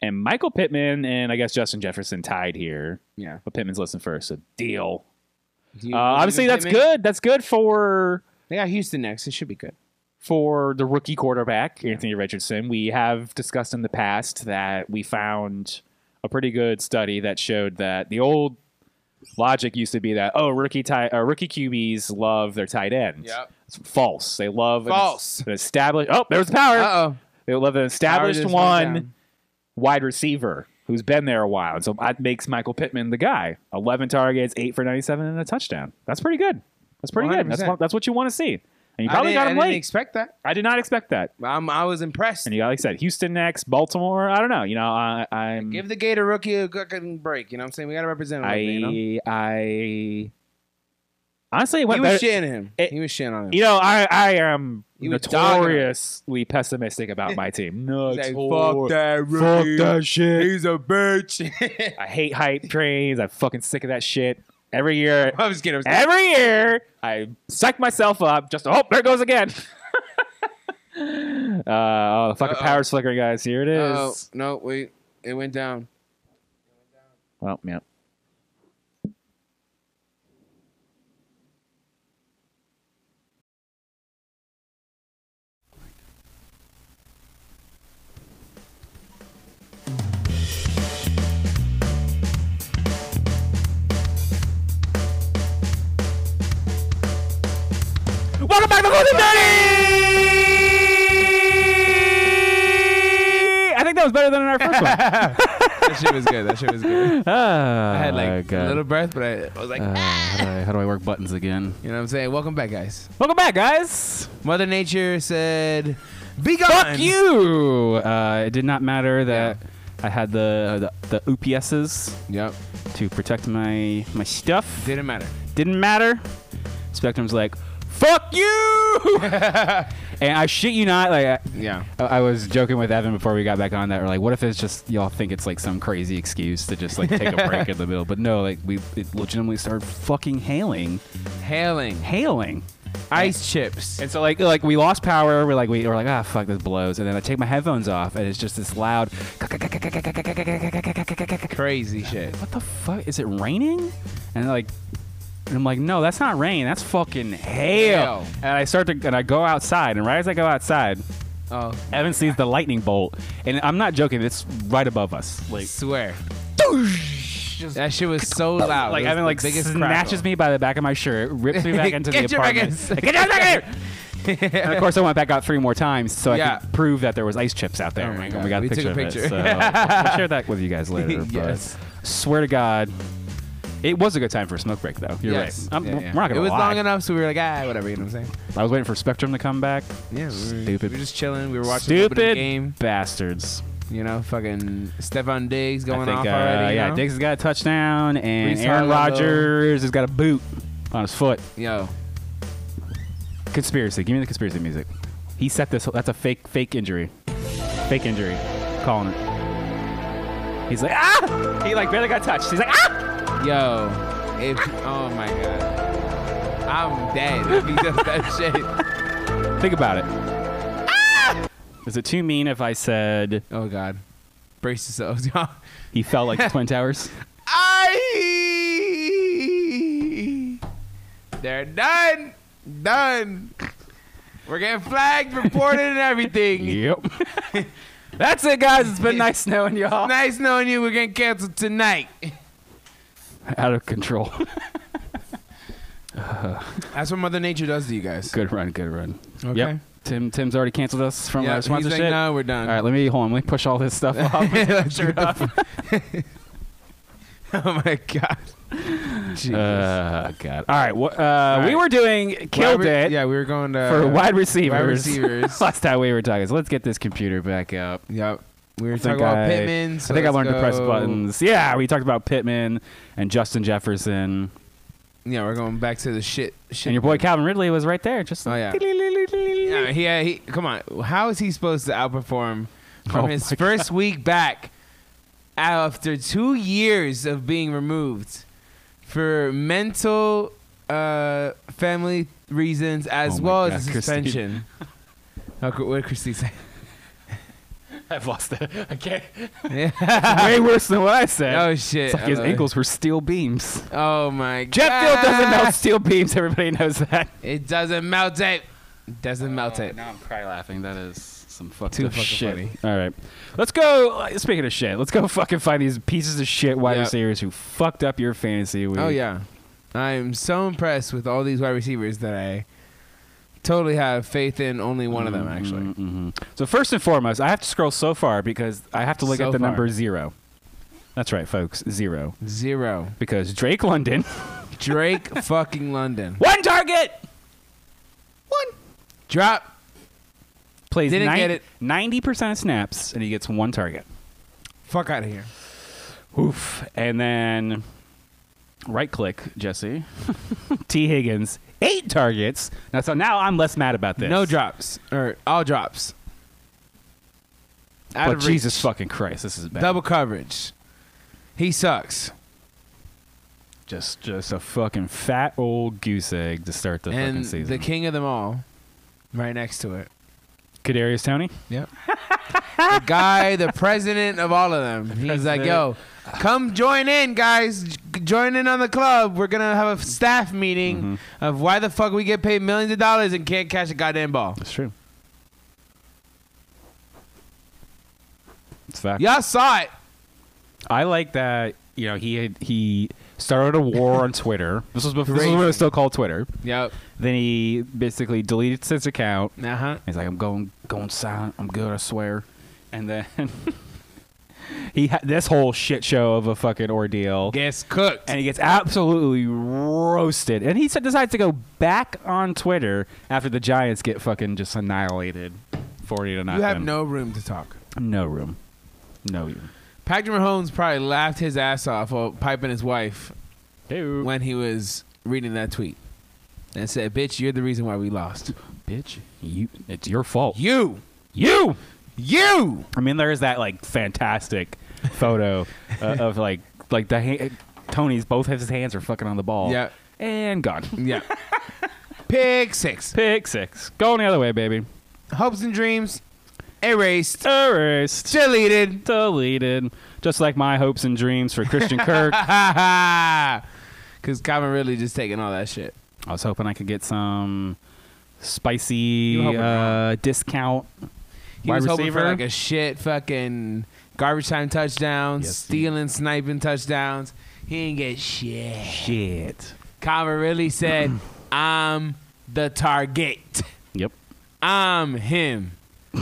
Speaker 2: And Michael Pittman and I guess Justin Jefferson tied here.
Speaker 1: Yeah.
Speaker 2: But Pittman's listed first, so deal.
Speaker 1: Do
Speaker 2: Uh,
Speaker 1: you believe in
Speaker 2: obviously that's
Speaker 1: Pittman?
Speaker 2: good. That's good for
Speaker 1: They got Houston next. It should be good.
Speaker 2: for the rookie quarterback, Anthony Richardson. We have discussed in the past that we found a pretty good study that showed that the old logic used to be that oh rookie tie, uh, rookie QBs love their tight ends.
Speaker 1: Yep.
Speaker 2: It's false. They love an-
Speaker 1: False.
Speaker 2: An, established oh there's power.
Speaker 1: Uh oh.
Speaker 2: They love an established one wide receiver who's been there a while. And so that makes Michael Pittman the guy. 11 targets, 8 for 97, and a touchdown. That's pretty good. That's pretty good. That's,
Speaker 1: 100%.
Speaker 2: what- that's what you want to see. And you
Speaker 1: I
Speaker 2: probably
Speaker 1: didn't, I
Speaker 2: got him
Speaker 1: didn't
Speaker 2: late.
Speaker 1: expect that.
Speaker 2: I did not expect that.
Speaker 1: I'm, I was impressed.
Speaker 2: And you got, like I said, Houston next, Baltimore. I don't know. You know, I, I'm.
Speaker 1: Give the Gator rookie a fucking break. You know what I'm saying? We gotta represent him.
Speaker 2: I,
Speaker 1: you know? He
Speaker 2: I. Honestly, it went
Speaker 1: was
Speaker 2: better.
Speaker 1: shitting him.
Speaker 2: It-
Speaker 1: he was shitting on him.
Speaker 2: You know, I, I am
Speaker 1: He was dogging him.
Speaker 2: notoriously pessimistic about my team. No,
Speaker 1: He's like,
Speaker 2: fuck
Speaker 1: fuck that rookie.
Speaker 2: that shit.
Speaker 1: He's a bitch.
Speaker 2: I hate hype trains. I'm fucking sick of that shit. Every year,
Speaker 1: I was kidding. I was kidding.
Speaker 2: every year, I psych myself up. Just oh, there it goes again. uh, oh, the fucking
Speaker 1: Uh-oh.
Speaker 2: power's flickering, guys. Here it is.
Speaker 1: Oh, no, wait. It went down.
Speaker 2: Well, yeah. I think that was better than our first one.
Speaker 1: that shit was good. That shit was good. I had
Speaker 2: Oh,
Speaker 1: like
Speaker 2: God.
Speaker 1: a little breath, but I, I was like,
Speaker 2: Uh, how, do I, how do I work buttons again?
Speaker 1: you know what I'm saying? Welcome back, guys.
Speaker 2: Welcome back, guys.
Speaker 1: Mother Nature said, "Be gone."
Speaker 2: Fuck you. Uh, it did not matter that I had the, the the UPSs
Speaker 1: Yep.
Speaker 2: to protect my my stuff.
Speaker 1: Didn't matter.
Speaker 2: Didn't matter. Spectrum's like, fuck you. and I shit you not, like. I,
Speaker 1: Yeah.
Speaker 2: I I was joking with Evan before we got back on that. We're like, what if it's just y'all think it's like some crazy excuse to just like take a break in the middle? But no, like we it legitimately started fucking hailing,
Speaker 1: Hailing
Speaker 2: hailing.
Speaker 1: ice chips.
Speaker 2: And so like like we lost power. We're like we were like ah fuck this blows. And then I take my headphones off and it's just this loud. What
Speaker 1: Crazy shit.
Speaker 2: the fuck is it raining? And like. And I'm like, no, that's not rain. That's fucking hail.
Speaker 1: Hail.
Speaker 2: And I start to, and I go outside. And right as I go outside,
Speaker 1: Oh,
Speaker 2: Evan sees the lightning bolt, and I'm not joking. It's right above us. Like,
Speaker 1: swear. That shit was so loud.
Speaker 2: like
Speaker 1: It was
Speaker 2: Evan
Speaker 1: the
Speaker 2: like
Speaker 1: biggest
Speaker 2: snatches
Speaker 1: crackle.
Speaker 2: me by the back of my shirt, rips me back into
Speaker 1: Get
Speaker 2: the
Speaker 1: your
Speaker 2: apartment.
Speaker 1: back in.
Speaker 2: Like, Get your back in! and of course, I went back out three more times so I
Speaker 1: Yeah.
Speaker 2: could prove that there was ice chips out there.
Speaker 1: Oh my
Speaker 2: and
Speaker 1: God.
Speaker 2: we got
Speaker 1: We
Speaker 2: a picture
Speaker 1: took
Speaker 2: of
Speaker 1: a
Speaker 2: it.
Speaker 1: picture.
Speaker 2: So I'll share that with you guys later.
Speaker 1: Yes.
Speaker 2: But swear to God, it was a good time for a smoke break, though. You're
Speaker 1: Yes.
Speaker 2: right. I'm,
Speaker 1: Yeah, yeah.
Speaker 2: We're not gonna
Speaker 1: It was
Speaker 2: lie.
Speaker 1: long enough, so we were like, ah, whatever. You know what I'm saying?
Speaker 2: I was waiting for Spectrum to come back.
Speaker 1: Yeah. We were,
Speaker 2: Stupid.
Speaker 1: We were just chilling. We were watching a little bit of
Speaker 2: Stupid
Speaker 1: the game.
Speaker 2: bastards.
Speaker 1: You know, fucking Stephon Diggs going
Speaker 2: I think,
Speaker 1: off
Speaker 2: uh,
Speaker 1: already. you
Speaker 2: yeah,
Speaker 1: know?
Speaker 2: Diggs has got a touchdown, and
Speaker 1: Brees
Speaker 2: Aaron
Speaker 1: Hall, though.
Speaker 2: Rodgers has got a boot on his foot.
Speaker 1: Yo.
Speaker 2: Conspiracy. Give me the conspiracy music. He set this. That's a fake, fake injury. Fake injury. Calling it. He's like, ah! He like barely got touched. He's like, ah!
Speaker 1: Yo, if oh my god, I'm dead if he does that shit.
Speaker 2: Think about it. Ah! Is it too mean if I said
Speaker 1: Oh god, brace yourselves, y'all.
Speaker 2: he felt like the Twin Towers?
Speaker 1: I. They're done, done. We're getting flagged, reported, and everything.
Speaker 2: Yep. That's it, guys. It's been nice knowing y'all.
Speaker 1: Nice knowing you. We're getting canceled tonight.
Speaker 2: Out of control.
Speaker 1: That's what Mother Nature does to you guys.
Speaker 2: good run. Good run.
Speaker 1: Okay.
Speaker 2: Yep. Tim. Tim's already canceled us from
Speaker 1: Yeah,
Speaker 2: our
Speaker 1: he's like,
Speaker 2: sponsorship.
Speaker 1: no, we're done.
Speaker 2: All right, let me hold on. Let me push all this stuff off.
Speaker 1: Let's get the f- oh my god. Jesus.
Speaker 2: Uh, God. All right. What, uh, We were doing
Speaker 1: Wide
Speaker 2: killed
Speaker 1: re-
Speaker 2: it
Speaker 1: Yeah, we were going to
Speaker 2: for wide receivers.
Speaker 1: receivers.
Speaker 2: Last time we were talking. So let's get this computer back up.
Speaker 1: Yep. We were
Speaker 2: I
Speaker 1: talking
Speaker 2: think
Speaker 1: about
Speaker 2: I-
Speaker 1: Pittman. so
Speaker 2: I think I
Speaker 1: let's
Speaker 2: learned to press
Speaker 1: go-
Speaker 2: buttons. Yeah, we talked about Pittman and Justin Jefferson.
Speaker 1: Yeah, we're going back to the shit. shit.
Speaker 2: And your boy Calvin Ridley was right there. Just
Speaker 1: Oh, yeah. Yeah, he, he, come on. How is he supposed to outperform from
Speaker 2: Oh,
Speaker 1: his
Speaker 2: my
Speaker 1: first week back after two years of being removed for mental, uh, family reasons as
Speaker 2: Oh, my
Speaker 1: well
Speaker 2: God,
Speaker 1: as a
Speaker 2: Christine.
Speaker 1: suspension? How could- what did Christy say?
Speaker 2: I've lost it. I can't.
Speaker 1: Yeah.
Speaker 2: Way worse than what I said.
Speaker 1: oh shit!
Speaker 2: it's like his
Speaker 1: Uh,
Speaker 2: ankles were steel beams. Ah!
Speaker 1: Oh my
Speaker 2: Jeff
Speaker 1: god!
Speaker 2: Field doesn't melt steel beams. Everybody knows that.
Speaker 1: It doesn't melt it. It Doesn't melt it.
Speaker 2: Now I'm cry laughing. That is some fucked
Speaker 1: Too
Speaker 2: up
Speaker 1: fucking
Speaker 2: shit.
Speaker 1: funny.
Speaker 2: All right, let's go. Speaking of shit, let's go fucking find these pieces of shit wide
Speaker 1: Yep.
Speaker 2: receivers who fucked up your fantasy. Week.
Speaker 1: Oh yeah, I am so impressed with all these wide receivers that I totally have faith in. Only one of them actually.
Speaker 2: hmm So first and foremost, I have to scroll so far because I have to look
Speaker 1: So
Speaker 2: at the
Speaker 1: far.
Speaker 2: number zero. That's right, folks, zero.
Speaker 1: Zero.
Speaker 2: Because Drake London,
Speaker 1: Drake fucking London.
Speaker 2: one target, one
Speaker 1: Drop.
Speaker 2: plays
Speaker 1: Didn't get it.
Speaker 2: ninety percent of snaps, and he gets one target.
Speaker 1: Fuck out of here.
Speaker 2: Oof. And then right click, Jesse. T. Higgins, eight targets. Now, so now I'm less mad about this.
Speaker 1: No drops or all drops. Out
Speaker 2: But
Speaker 1: of reach.
Speaker 2: Jesus fucking Christ, this is bad.
Speaker 1: Double coverage. He sucks.
Speaker 2: Just, just a fucking fat old goose egg to start the fucking
Speaker 1: and
Speaker 2: season.
Speaker 1: the king of them all, right next to it.
Speaker 2: Kadarius Tony.
Speaker 1: Yep. the guy, the president of all of them. He's like, yo, come join in, guys. J- Join in on the club. We're going to have a staff meeting
Speaker 2: Mm-hmm.
Speaker 1: of why the fuck we get paid millions of dollars and can't catch a goddamn ball.
Speaker 2: That's true. It's fact.
Speaker 1: Y'all saw it.
Speaker 2: I like that. You know, he had, he started a war on Twitter. This was before this was when it was still called Twitter.
Speaker 1: Yep.
Speaker 2: Then he basically deleted his account.
Speaker 1: Uh huh.
Speaker 2: He's like, I'm going going silent. I'm good. I swear. And then he had this whole shit show of a fucking ordeal.
Speaker 1: Gets cooked.
Speaker 2: and he gets absolutely roasted. And he said, decides to go back on Twitter after the Giants get fucking just annihilated, forty to nothing.
Speaker 1: you have no room to talk.
Speaker 2: no room, no room.
Speaker 1: Patrick Mahomes probably laughed his ass off while piping his wife when he was reading that tweet and said, Bitch, you're the reason why we lost.
Speaker 2: bitch, you, it's your fault.
Speaker 1: You!
Speaker 2: you.
Speaker 1: You!
Speaker 2: I mean, there is that like fantastic photo uh, of like like the ha- Tony's both his hands are fucking on the ball.
Speaker 1: Yeah.
Speaker 2: and gone.
Speaker 1: Yeah. Pick six.
Speaker 2: Pick six, going the other way, baby.
Speaker 1: Hopes and dreams erased,
Speaker 2: Erased,
Speaker 1: deleted.
Speaker 2: deleted. Just like my hopes and dreams for Christian Kirk.
Speaker 1: Because Calvin really just taking all that shit.
Speaker 2: I was hoping I could get some
Speaker 1: You were
Speaker 2: spicy
Speaker 1: hoping
Speaker 2: uh, discount
Speaker 1: He
Speaker 2: wide
Speaker 1: was hoping
Speaker 2: receiver.
Speaker 1: for like a shit fucking garbage time touchdowns,
Speaker 2: Yes.
Speaker 1: stealing, sniping touchdowns. He ain't get shit.
Speaker 2: Shit.
Speaker 1: Calvin really said, I'm the target.
Speaker 2: Yep.
Speaker 1: I'm him.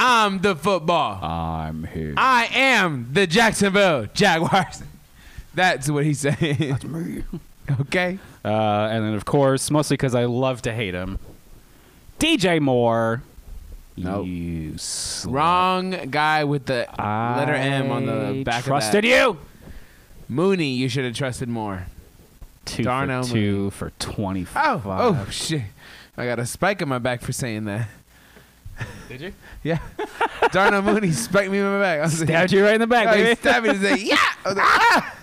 Speaker 1: I'm the football.
Speaker 2: I'm here.
Speaker 1: I am the Jacksonville Jaguars. That's what he said. okay.
Speaker 2: Uh, and then, of course, mostly because I love to hate him. DJ Moore.
Speaker 1: Nope.
Speaker 2: You slut.
Speaker 1: Wrong guy with the
Speaker 2: I
Speaker 1: letter M on the back of that.
Speaker 2: Trusted you.
Speaker 1: Mooney, you should have trusted more.
Speaker 2: Two
Speaker 1: Darnell
Speaker 2: for two for twenty-five.
Speaker 1: Oh, oh shit! I got a spike in my back for saying that.
Speaker 2: Did you?
Speaker 1: Yeah, Darnell Mooney spiked me in my back. I was
Speaker 2: Stabbed you right in the back,
Speaker 1: Like, oh, he
Speaker 2: baby.
Speaker 1: stabbed me in the yeah. I was like, ah!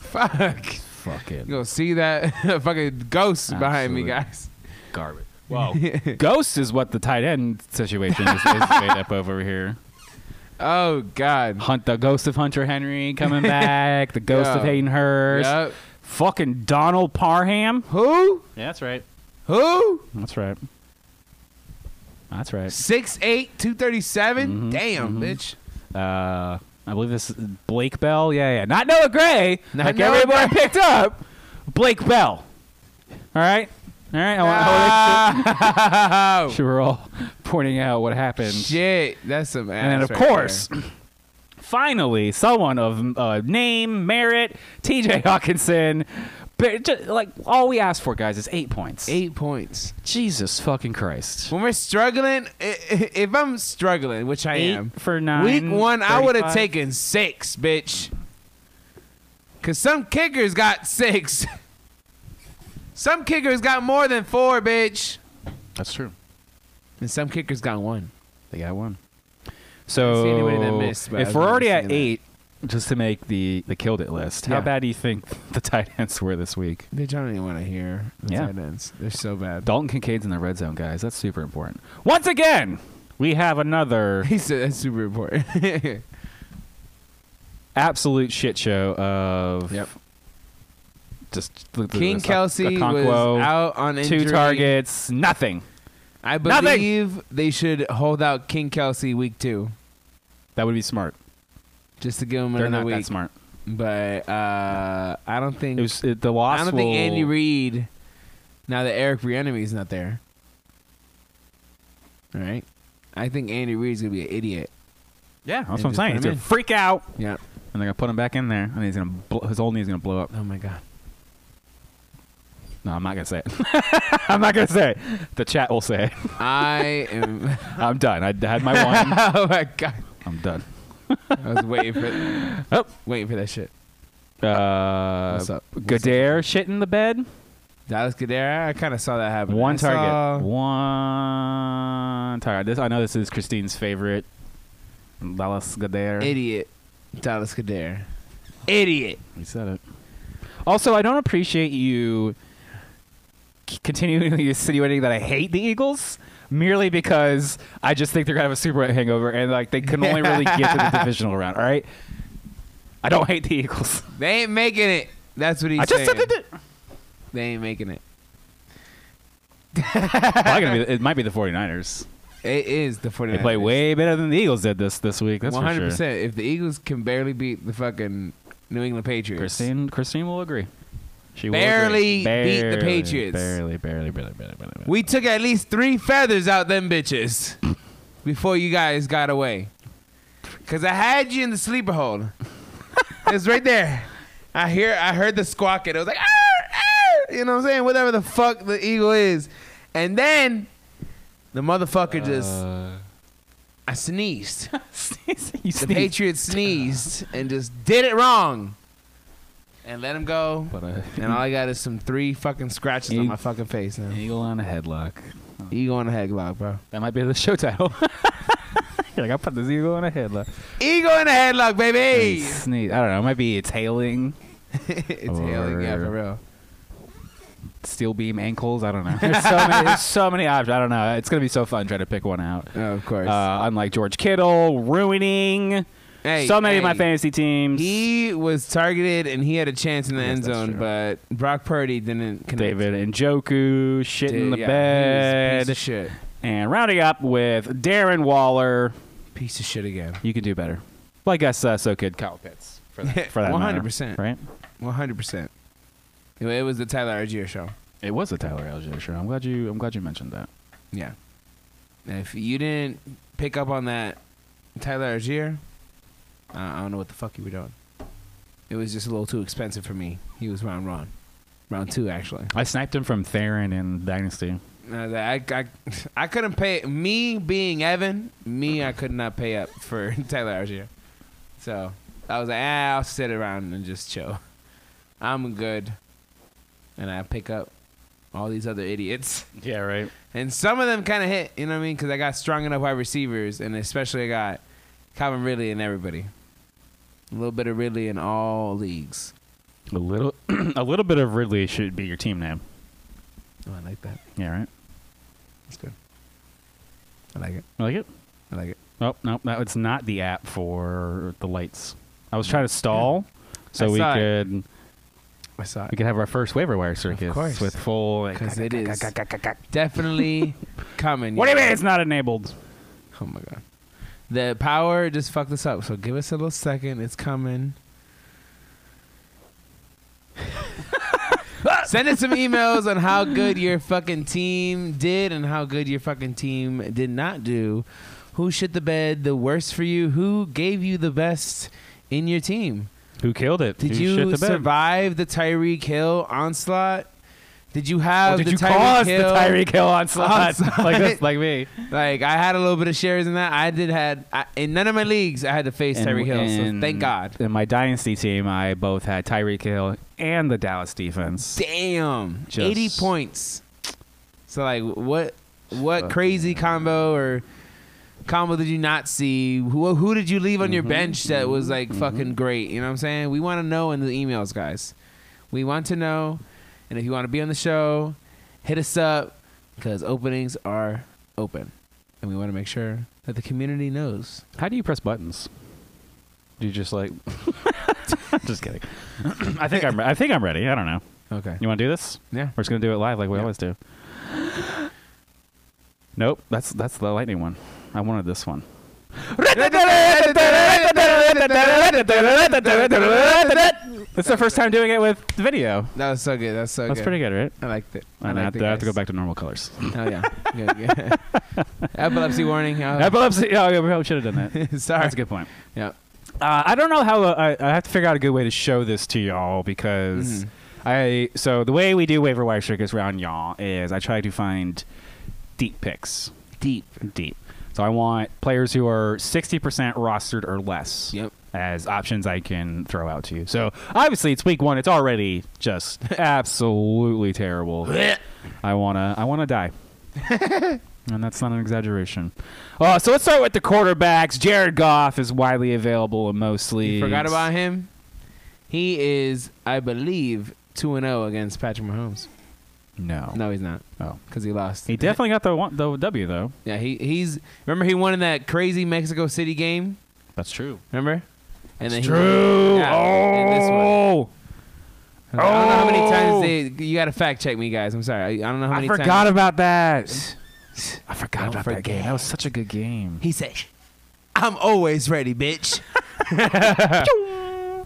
Speaker 1: Fuck!
Speaker 2: Fuck it.
Speaker 1: You gonna see that fucking ghost behind
Speaker 2: Absolutely.
Speaker 1: me, guys?
Speaker 2: garbage. Well, Ghost is what the tight end situation is, is made up of over here.
Speaker 1: Oh god!
Speaker 2: Hunt the ghost of Hunter Henry coming back. the ghost of
Speaker 1: Yeah.
Speaker 2: Hayden Hurst.
Speaker 1: Yup.
Speaker 2: Fucking Donald Parham.
Speaker 1: Who?
Speaker 2: Yeah, that's right.
Speaker 1: Who?
Speaker 2: That's right. That's right.
Speaker 1: Six eight two thirty
Speaker 2: Mm-hmm,
Speaker 1: seven. Damn, bitch.
Speaker 2: Uh, I believe this is Blake Bell. Yeah, yeah. Not Noah Gray.
Speaker 1: Not
Speaker 2: like
Speaker 1: Noah
Speaker 2: everybody picked up. Blake Bell. All right. All right. I want I want to
Speaker 1: Oh
Speaker 2: make sure we're all pointing out what happened.
Speaker 1: shit! That's some ass.
Speaker 2: And then, of
Speaker 1: right
Speaker 2: course,
Speaker 1: there.
Speaker 2: finally, someone of uh, name, merit, TJ Hawkinson. But ju- like, all we asked for, guys, is eight points.
Speaker 1: eight points.
Speaker 2: Jesus fucking Christ.
Speaker 1: When we're struggling, i- i- if I'm struggling, which I
Speaker 2: Eight
Speaker 1: am,
Speaker 2: for nine.
Speaker 1: week one, I would have
Speaker 2: 35.
Speaker 1: taken six, bitch. Cause some kickers got six. some kickers got more than four, bitch.
Speaker 2: That's true.
Speaker 1: And some kickers got one.
Speaker 2: They got one.
Speaker 1: see anybody that
Speaker 2: So,
Speaker 1: missed, but I
Speaker 2: if
Speaker 1: was
Speaker 2: we're
Speaker 1: gonna
Speaker 2: already
Speaker 1: say
Speaker 2: at
Speaker 1: that.
Speaker 2: eight, just to make the the killed it list,
Speaker 1: Yeah.
Speaker 2: how bad do you think the tight ends were this week?
Speaker 1: Bitch, I don't even want to hear the
Speaker 2: Yeah.
Speaker 1: tight ends. They're so bad.
Speaker 2: Dalton Kincaid's in the red zone, guys. That's super important. Once again, we have another
Speaker 1: He said that's super important.
Speaker 2: absolute shit show of
Speaker 1: yep.
Speaker 2: just look at
Speaker 1: King
Speaker 2: this.
Speaker 1: Kelsey was
Speaker 2: Okonkwo,
Speaker 1: out on
Speaker 2: two
Speaker 1: injury.
Speaker 2: targets, nothing.
Speaker 1: I
Speaker 2: Nothing.
Speaker 1: believe they should hold out King Kelsey week two
Speaker 2: That would be smart.
Speaker 1: just to give him
Speaker 2: They're
Speaker 1: another
Speaker 2: not
Speaker 1: week.
Speaker 2: that smart.
Speaker 1: But uh, I don't think
Speaker 2: It was it, the loss.
Speaker 1: I don't think
Speaker 2: will-
Speaker 1: Andy Reid. Now that Eric Bieniemy's not there, all right. I think Andy Reid's gonna be an idiot.
Speaker 2: Yeah, that's what
Speaker 1: And
Speaker 2: I'm
Speaker 1: just
Speaker 2: saying.
Speaker 1: put
Speaker 2: He's
Speaker 1: him
Speaker 2: gonna freak out,
Speaker 1: Yeah.
Speaker 2: and they're gonna put him back in there, and he's gonna bl- his old knee's gonna blow up.
Speaker 1: Oh my god.
Speaker 2: No, I'm not gonna say it. I'm not gonna say it. The chat will say it.
Speaker 1: I am.
Speaker 2: I'm done. I had my one.
Speaker 1: oh my god.
Speaker 2: I'm done.
Speaker 1: I was waiting for
Speaker 2: Oh,
Speaker 1: waiting for that shit.
Speaker 2: uh,
Speaker 1: What's up?
Speaker 2: Goddard shit in the bed.
Speaker 1: Dallas Goddard. I kind of saw that happen.
Speaker 2: One
Speaker 1: I
Speaker 2: target.
Speaker 1: saw-
Speaker 2: One target. This I know. This is Christine's favorite. Dallas Goddard.
Speaker 1: idiot. Dallas Goddard. Idiot.
Speaker 2: He said it. Also, I don't appreciate you c- continually insinuating that I hate the Eagles merely because I just think they're gonna have a Super Bowl hangover and like they can only really get to the divisional round. All right. I don't hate the Eagles.
Speaker 1: They ain't making it. That's what he's
Speaker 2: I just said
Speaker 1: saying.
Speaker 2: they did.
Speaker 1: They ain't making it.
Speaker 2: Probably gonna be, it might be the 49ers.
Speaker 1: It is the 49ers.
Speaker 2: They play way better than the Eagles did this this week. That's
Speaker 1: One hundred
Speaker 2: for sure.
Speaker 1: percent. If the Eagles can barely beat the fucking New England Patriots.
Speaker 2: Christine, Christine will agree. She will
Speaker 1: Barely
Speaker 2: agree.
Speaker 1: beat the
Speaker 2: Barely,
Speaker 1: Patriots.
Speaker 2: Barely, barely, barely, barely, barely. barely.
Speaker 1: We took at least three feathers out them bitches before you guys got away. Cause I had you in the sleeper hold. it's right there. I hear I heard the squawking. It was like "Arr, arr," you know what I'm saying? Whatever the fuck the eagle is. And then the motherfucker just
Speaker 2: Uh,
Speaker 1: I sneezed.
Speaker 2: you
Speaker 1: The
Speaker 2: sneezed.
Speaker 1: Patriots sneezed and just did it wrong. And let him go.
Speaker 2: But uh,
Speaker 1: And all I got is some three fucking scratches on
Speaker 2: You-
Speaker 1: my fucking face now.
Speaker 2: eagle on a headlock.
Speaker 1: Eagle on a headlock, bro.
Speaker 2: That might be the show title. You're like I put this eagle on a headlock.
Speaker 1: Eagle in a headlock,
Speaker 2: Hey.
Speaker 1: baby.
Speaker 2: Sneeze. I don't know. It might be a tailing,
Speaker 1: it's hailing, yeah, for real.
Speaker 2: steel beam ankles. I don't know. There's so many. There's so many options. I don't know. It's gonna be so fun trying to pick one out.
Speaker 1: Oh, of course.
Speaker 2: Uh, unlike George Kittle, ruining
Speaker 1: Hey,
Speaker 2: so many of
Speaker 1: hey,
Speaker 2: my fantasy teams.
Speaker 1: He was targeted and he had a chance in the
Speaker 2: Yes,
Speaker 1: end
Speaker 2: that's
Speaker 1: zone,
Speaker 2: true.
Speaker 1: but Brock Purdy didn't connect.
Speaker 2: David and Joku, shit
Speaker 1: Dude,
Speaker 2: in the
Speaker 1: yeah, he was a
Speaker 2: bed,
Speaker 1: Piece of shit.
Speaker 2: and rounding up with Darren Waller.
Speaker 1: Piece of shit again.
Speaker 2: You can do better. Like us, uh, so could Kyle Pitts for that. For that matter,
Speaker 1: 100%.
Speaker 2: right?
Speaker 1: 100%. It it was the Tyler Algier show.
Speaker 2: It was a Tyler Algier show. I'm glad you. I'm glad you mentioned that.
Speaker 1: Yeah. And if you didn't pick up on that Tyler Algier, uh, I don't know what the fuck you were doing. It was just a little too expensive for me. He was round one. Round two, actually.
Speaker 2: I sniped him from Theron in Dynasty.
Speaker 1: No, that- I, I, I couldn't pay me being Evan. Me, I could not pay up for Taylor Algier. So I was like, ah, I'll sit around and just chill. I'm good, and I pick up all these other idiots,
Speaker 2: Yeah, right.
Speaker 1: and some of them kind of hit. You know what I mean? Because I got strong enough wide receivers, and especially I got Calvin Ridley and everybody. A little bit of Ridley in all leagues.
Speaker 2: A little, a little bit of Ridley should be your team name.
Speaker 1: Oh, I like that.
Speaker 2: Yeah, right.
Speaker 1: That's good. I like it.
Speaker 2: You like it?
Speaker 1: I like it.
Speaker 2: Oh no, that was not the app for the lights. I was trying to stall, so
Speaker 1: I
Speaker 2: we
Speaker 1: saw it.
Speaker 2: could
Speaker 1: I saw it.
Speaker 2: we could have our first waiver wire circus
Speaker 1: course.
Speaker 2: with full. Like,
Speaker 1: because it is definitely coming.
Speaker 2: What do you
Speaker 1: y'all.
Speaker 2: mean it's not enabled?
Speaker 1: Oh my god, the power just fucked us up. So give us a little second. It's coming. Send us some emails on how good your fucking team did and how good your fucking team did not do. Who shit the bed the worst for you? Who gave you the best in your team?
Speaker 2: Who killed it?
Speaker 1: Did
Speaker 2: Who
Speaker 1: you
Speaker 2: shit the bed?
Speaker 1: survive the Tyreek Hill onslaught? Did you
Speaker 2: Or
Speaker 1: have
Speaker 2: did
Speaker 1: the
Speaker 2: you
Speaker 1: Tyreek
Speaker 2: cause
Speaker 1: Hill?
Speaker 2: the Tyreek Hill onslaught,
Speaker 1: Onslaught.
Speaker 2: like us, like me?
Speaker 1: Like I had a little bit of shares in that. I did had I, in none of my leagues I had to face Tyreek Hill. So
Speaker 2: and-
Speaker 1: thank God.
Speaker 2: In my dynasty team, I both had Tyreek Hill and the Dallas defense.
Speaker 1: Damn,
Speaker 2: Just-
Speaker 1: eighty points. So like what what crazy combo or combo did you not see? Who who did you leave on your
Speaker 2: Mm-hmm.
Speaker 1: bench that was like fucking great? You know what I'm saying? We want to know in the emails, guys. We want to know, and if you want to be on the show, hit us up because openings are open, and we want to make sure that the community knows.
Speaker 2: How do you press buttons? Do you just like? just kidding. I think I'm. I think I'm ready. I don't know.
Speaker 1: Okay.
Speaker 2: You want to do this?
Speaker 1: Yeah.
Speaker 2: We're just gonna do it live like we
Speaker 1: Yeah.
Speaker 2: always do. Nope, that's that's the lightning one. I wanted this one. It's the first time doing it with video.
Speaker 1: That was so good. That's so
Speaker 2: That's
Speaker 1: good.
Speaker 2: pretty good, right?
Speaker 1: I liked it.
Speaker 2: And I, have
Speaker 1: liked it,
Speaker 2: to, I have to go
Speaker 1: guys.
Speaker 2: back to normal colors.
Speaker 1: Oh yeah. Good, good. Epilepsy warning. Oh,
Speaker 2: Epilepsy. Oh, yeah, we probably should have done that.
Speaker 1: Sorry.
Speaker 2: That's a good point.
Speaker 1: Yeah.
Speaker 2: Uh, I don't know how uh, I, I have to figure out a good way to show this to y'all because
Speaker 1: Mhm.
Speaker 2: I so the way we do waiver wire circus round y'all is I try to find deep picks,
Speaker 1: Deep.
Speaker 2: deep. So I want players who are sixty percent rostered or less
Speaker 1: Yep.
Speaker 2: as options I can throw out to you. So obviously it's week one; it's already just absolutely terrible. I wanna I wanna die. and that's not an exaggeration. Uh, so let's start with the quarterbacks. Jared Goff is widely available in most leagues.
Speaker 1: You forgot about him. He is, I believe, two and zero against Patrick Mahomes.
Speaker 2: No.
Speaker 1: No, he's not,
Speaker 2: Oh.
Speaker 1: because he lost.
Speaker 2: He definitely got the one, the W though.
Speaker 1: Yeah, he he's. Remember, he won in that crazy Mexico City game.
Speaker 2: That's true.
Speaker 1: Remember? And then he-
Speaker 2: True.
Speaker 1: Yeah, and this one.
Speaker 2: oh.
Speaker 1: I don't know how many
Speaker 2: Oh.
Speaker 1: times they. You got to fact check me, guys. I'm sorry. I, I don't know how
Speaker 2: I
Speaker 1: many.
Speaker 2: forgot
Speaker 1: times.
Speaker 2: about that. I forgot
Speaker 1: Don't
Speaker 2: about that
Speaker 1: forget.
Speaker 2: game. That was such a good game.
Speaker 1: He said, "I'm always ready, bitch."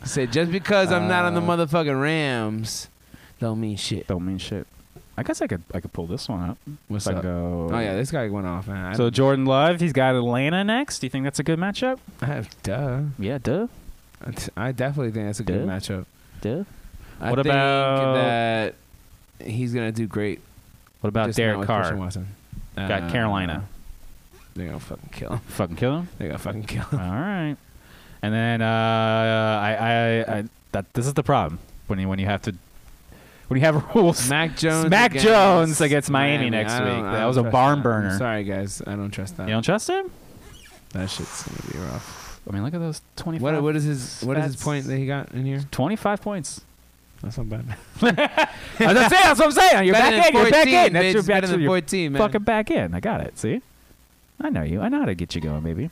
Speaker 1: Said just because I'm not on the
Speaker 2: Uh,
Speaker 1: motherfucking Rams, don't mean shit.
Speaker 2: Don't mean shit. I guess I could I could pull this one up.
Speaker 1: What's
Speaker 2: If I
Speaker 1: up?
Speaker 2: go-
Speaker 1: Oh yeah, this guy went off. Man. I-
Speaker 2: So Jordan Love, he's got Atlanta next. Do you think that's a good matchup?
Speaker 1: I have duh.
Speaker 2: Yeah, duh,
Speaker 1: I t- I definitely think that's a good
Speaker 2: Duh.
Speaker 1: matchup.
Speaker 2: duh.
Speaker 1: I
Speaker 2: What
Speaker 1: think
Speaker 2: about-
Speaker 1: that? He's gonna do great.
Speaker 2: What about
Speaker 1: just not
Speaker 2: Derek
Speaker 1: with
Speaker 2: Carr?
Speaker 1: Christian Watson.
Speaker 2: Got
Speaker 1: Uh,
Speaker 2: Carolina.
Speaker 1: They're gonna fucking kill him.
Speaker 2: Fucking kill him.
Speaker 1: They're gonna fucking kill
Speaker 2: All
Speaker 1: him.
Speaker 2: right. And then uh, I, I, I that this is the problem when you when you have to when you have rules.
Speaker 1: Mac Jones.
Speaker 2: Mac
Speaker 1: against
Speaker 2: Jones against Miami next
Speaker 1: I don't-
Speaker 2: week.
Speaker 1: I
Speaker 2: That
Speaker 1: don't
Speaker 2: was a
Speaker 1: trust
Speaker 2: barn
Speaker 1: I'm
Speaker 2: burner.
Speaker 1: sorry guys, I don't trust that.
Speaker 2: You don't trust him?
Speaker 1: That shit's gonna be rough.
Speaker 2: I mean, look at those twenty-five.
Speaker 1: What what is his what is his
Speaker 2: That's-
Speaker 1: point that he got in here?
Speaker 2: twenty-five points?
Speaker 1: That's not bad.
Speaker 2: That's what I'm saying. That's what I'm saying. You're
Speaker 1: Better
Speaker 2: back in.
Speaker 1: than
Speaker 2: You're back
Speaker 1: 14,
Speaker 2: in. That's
Speaker 1: bitch.
Speaker 2: your back
Speaker 1: Better than
Speaker 2: your
Speaker 1: 14, man.
Speaker 2: Fucking back in. I got it. See, I know you. I know how to get you going, baby.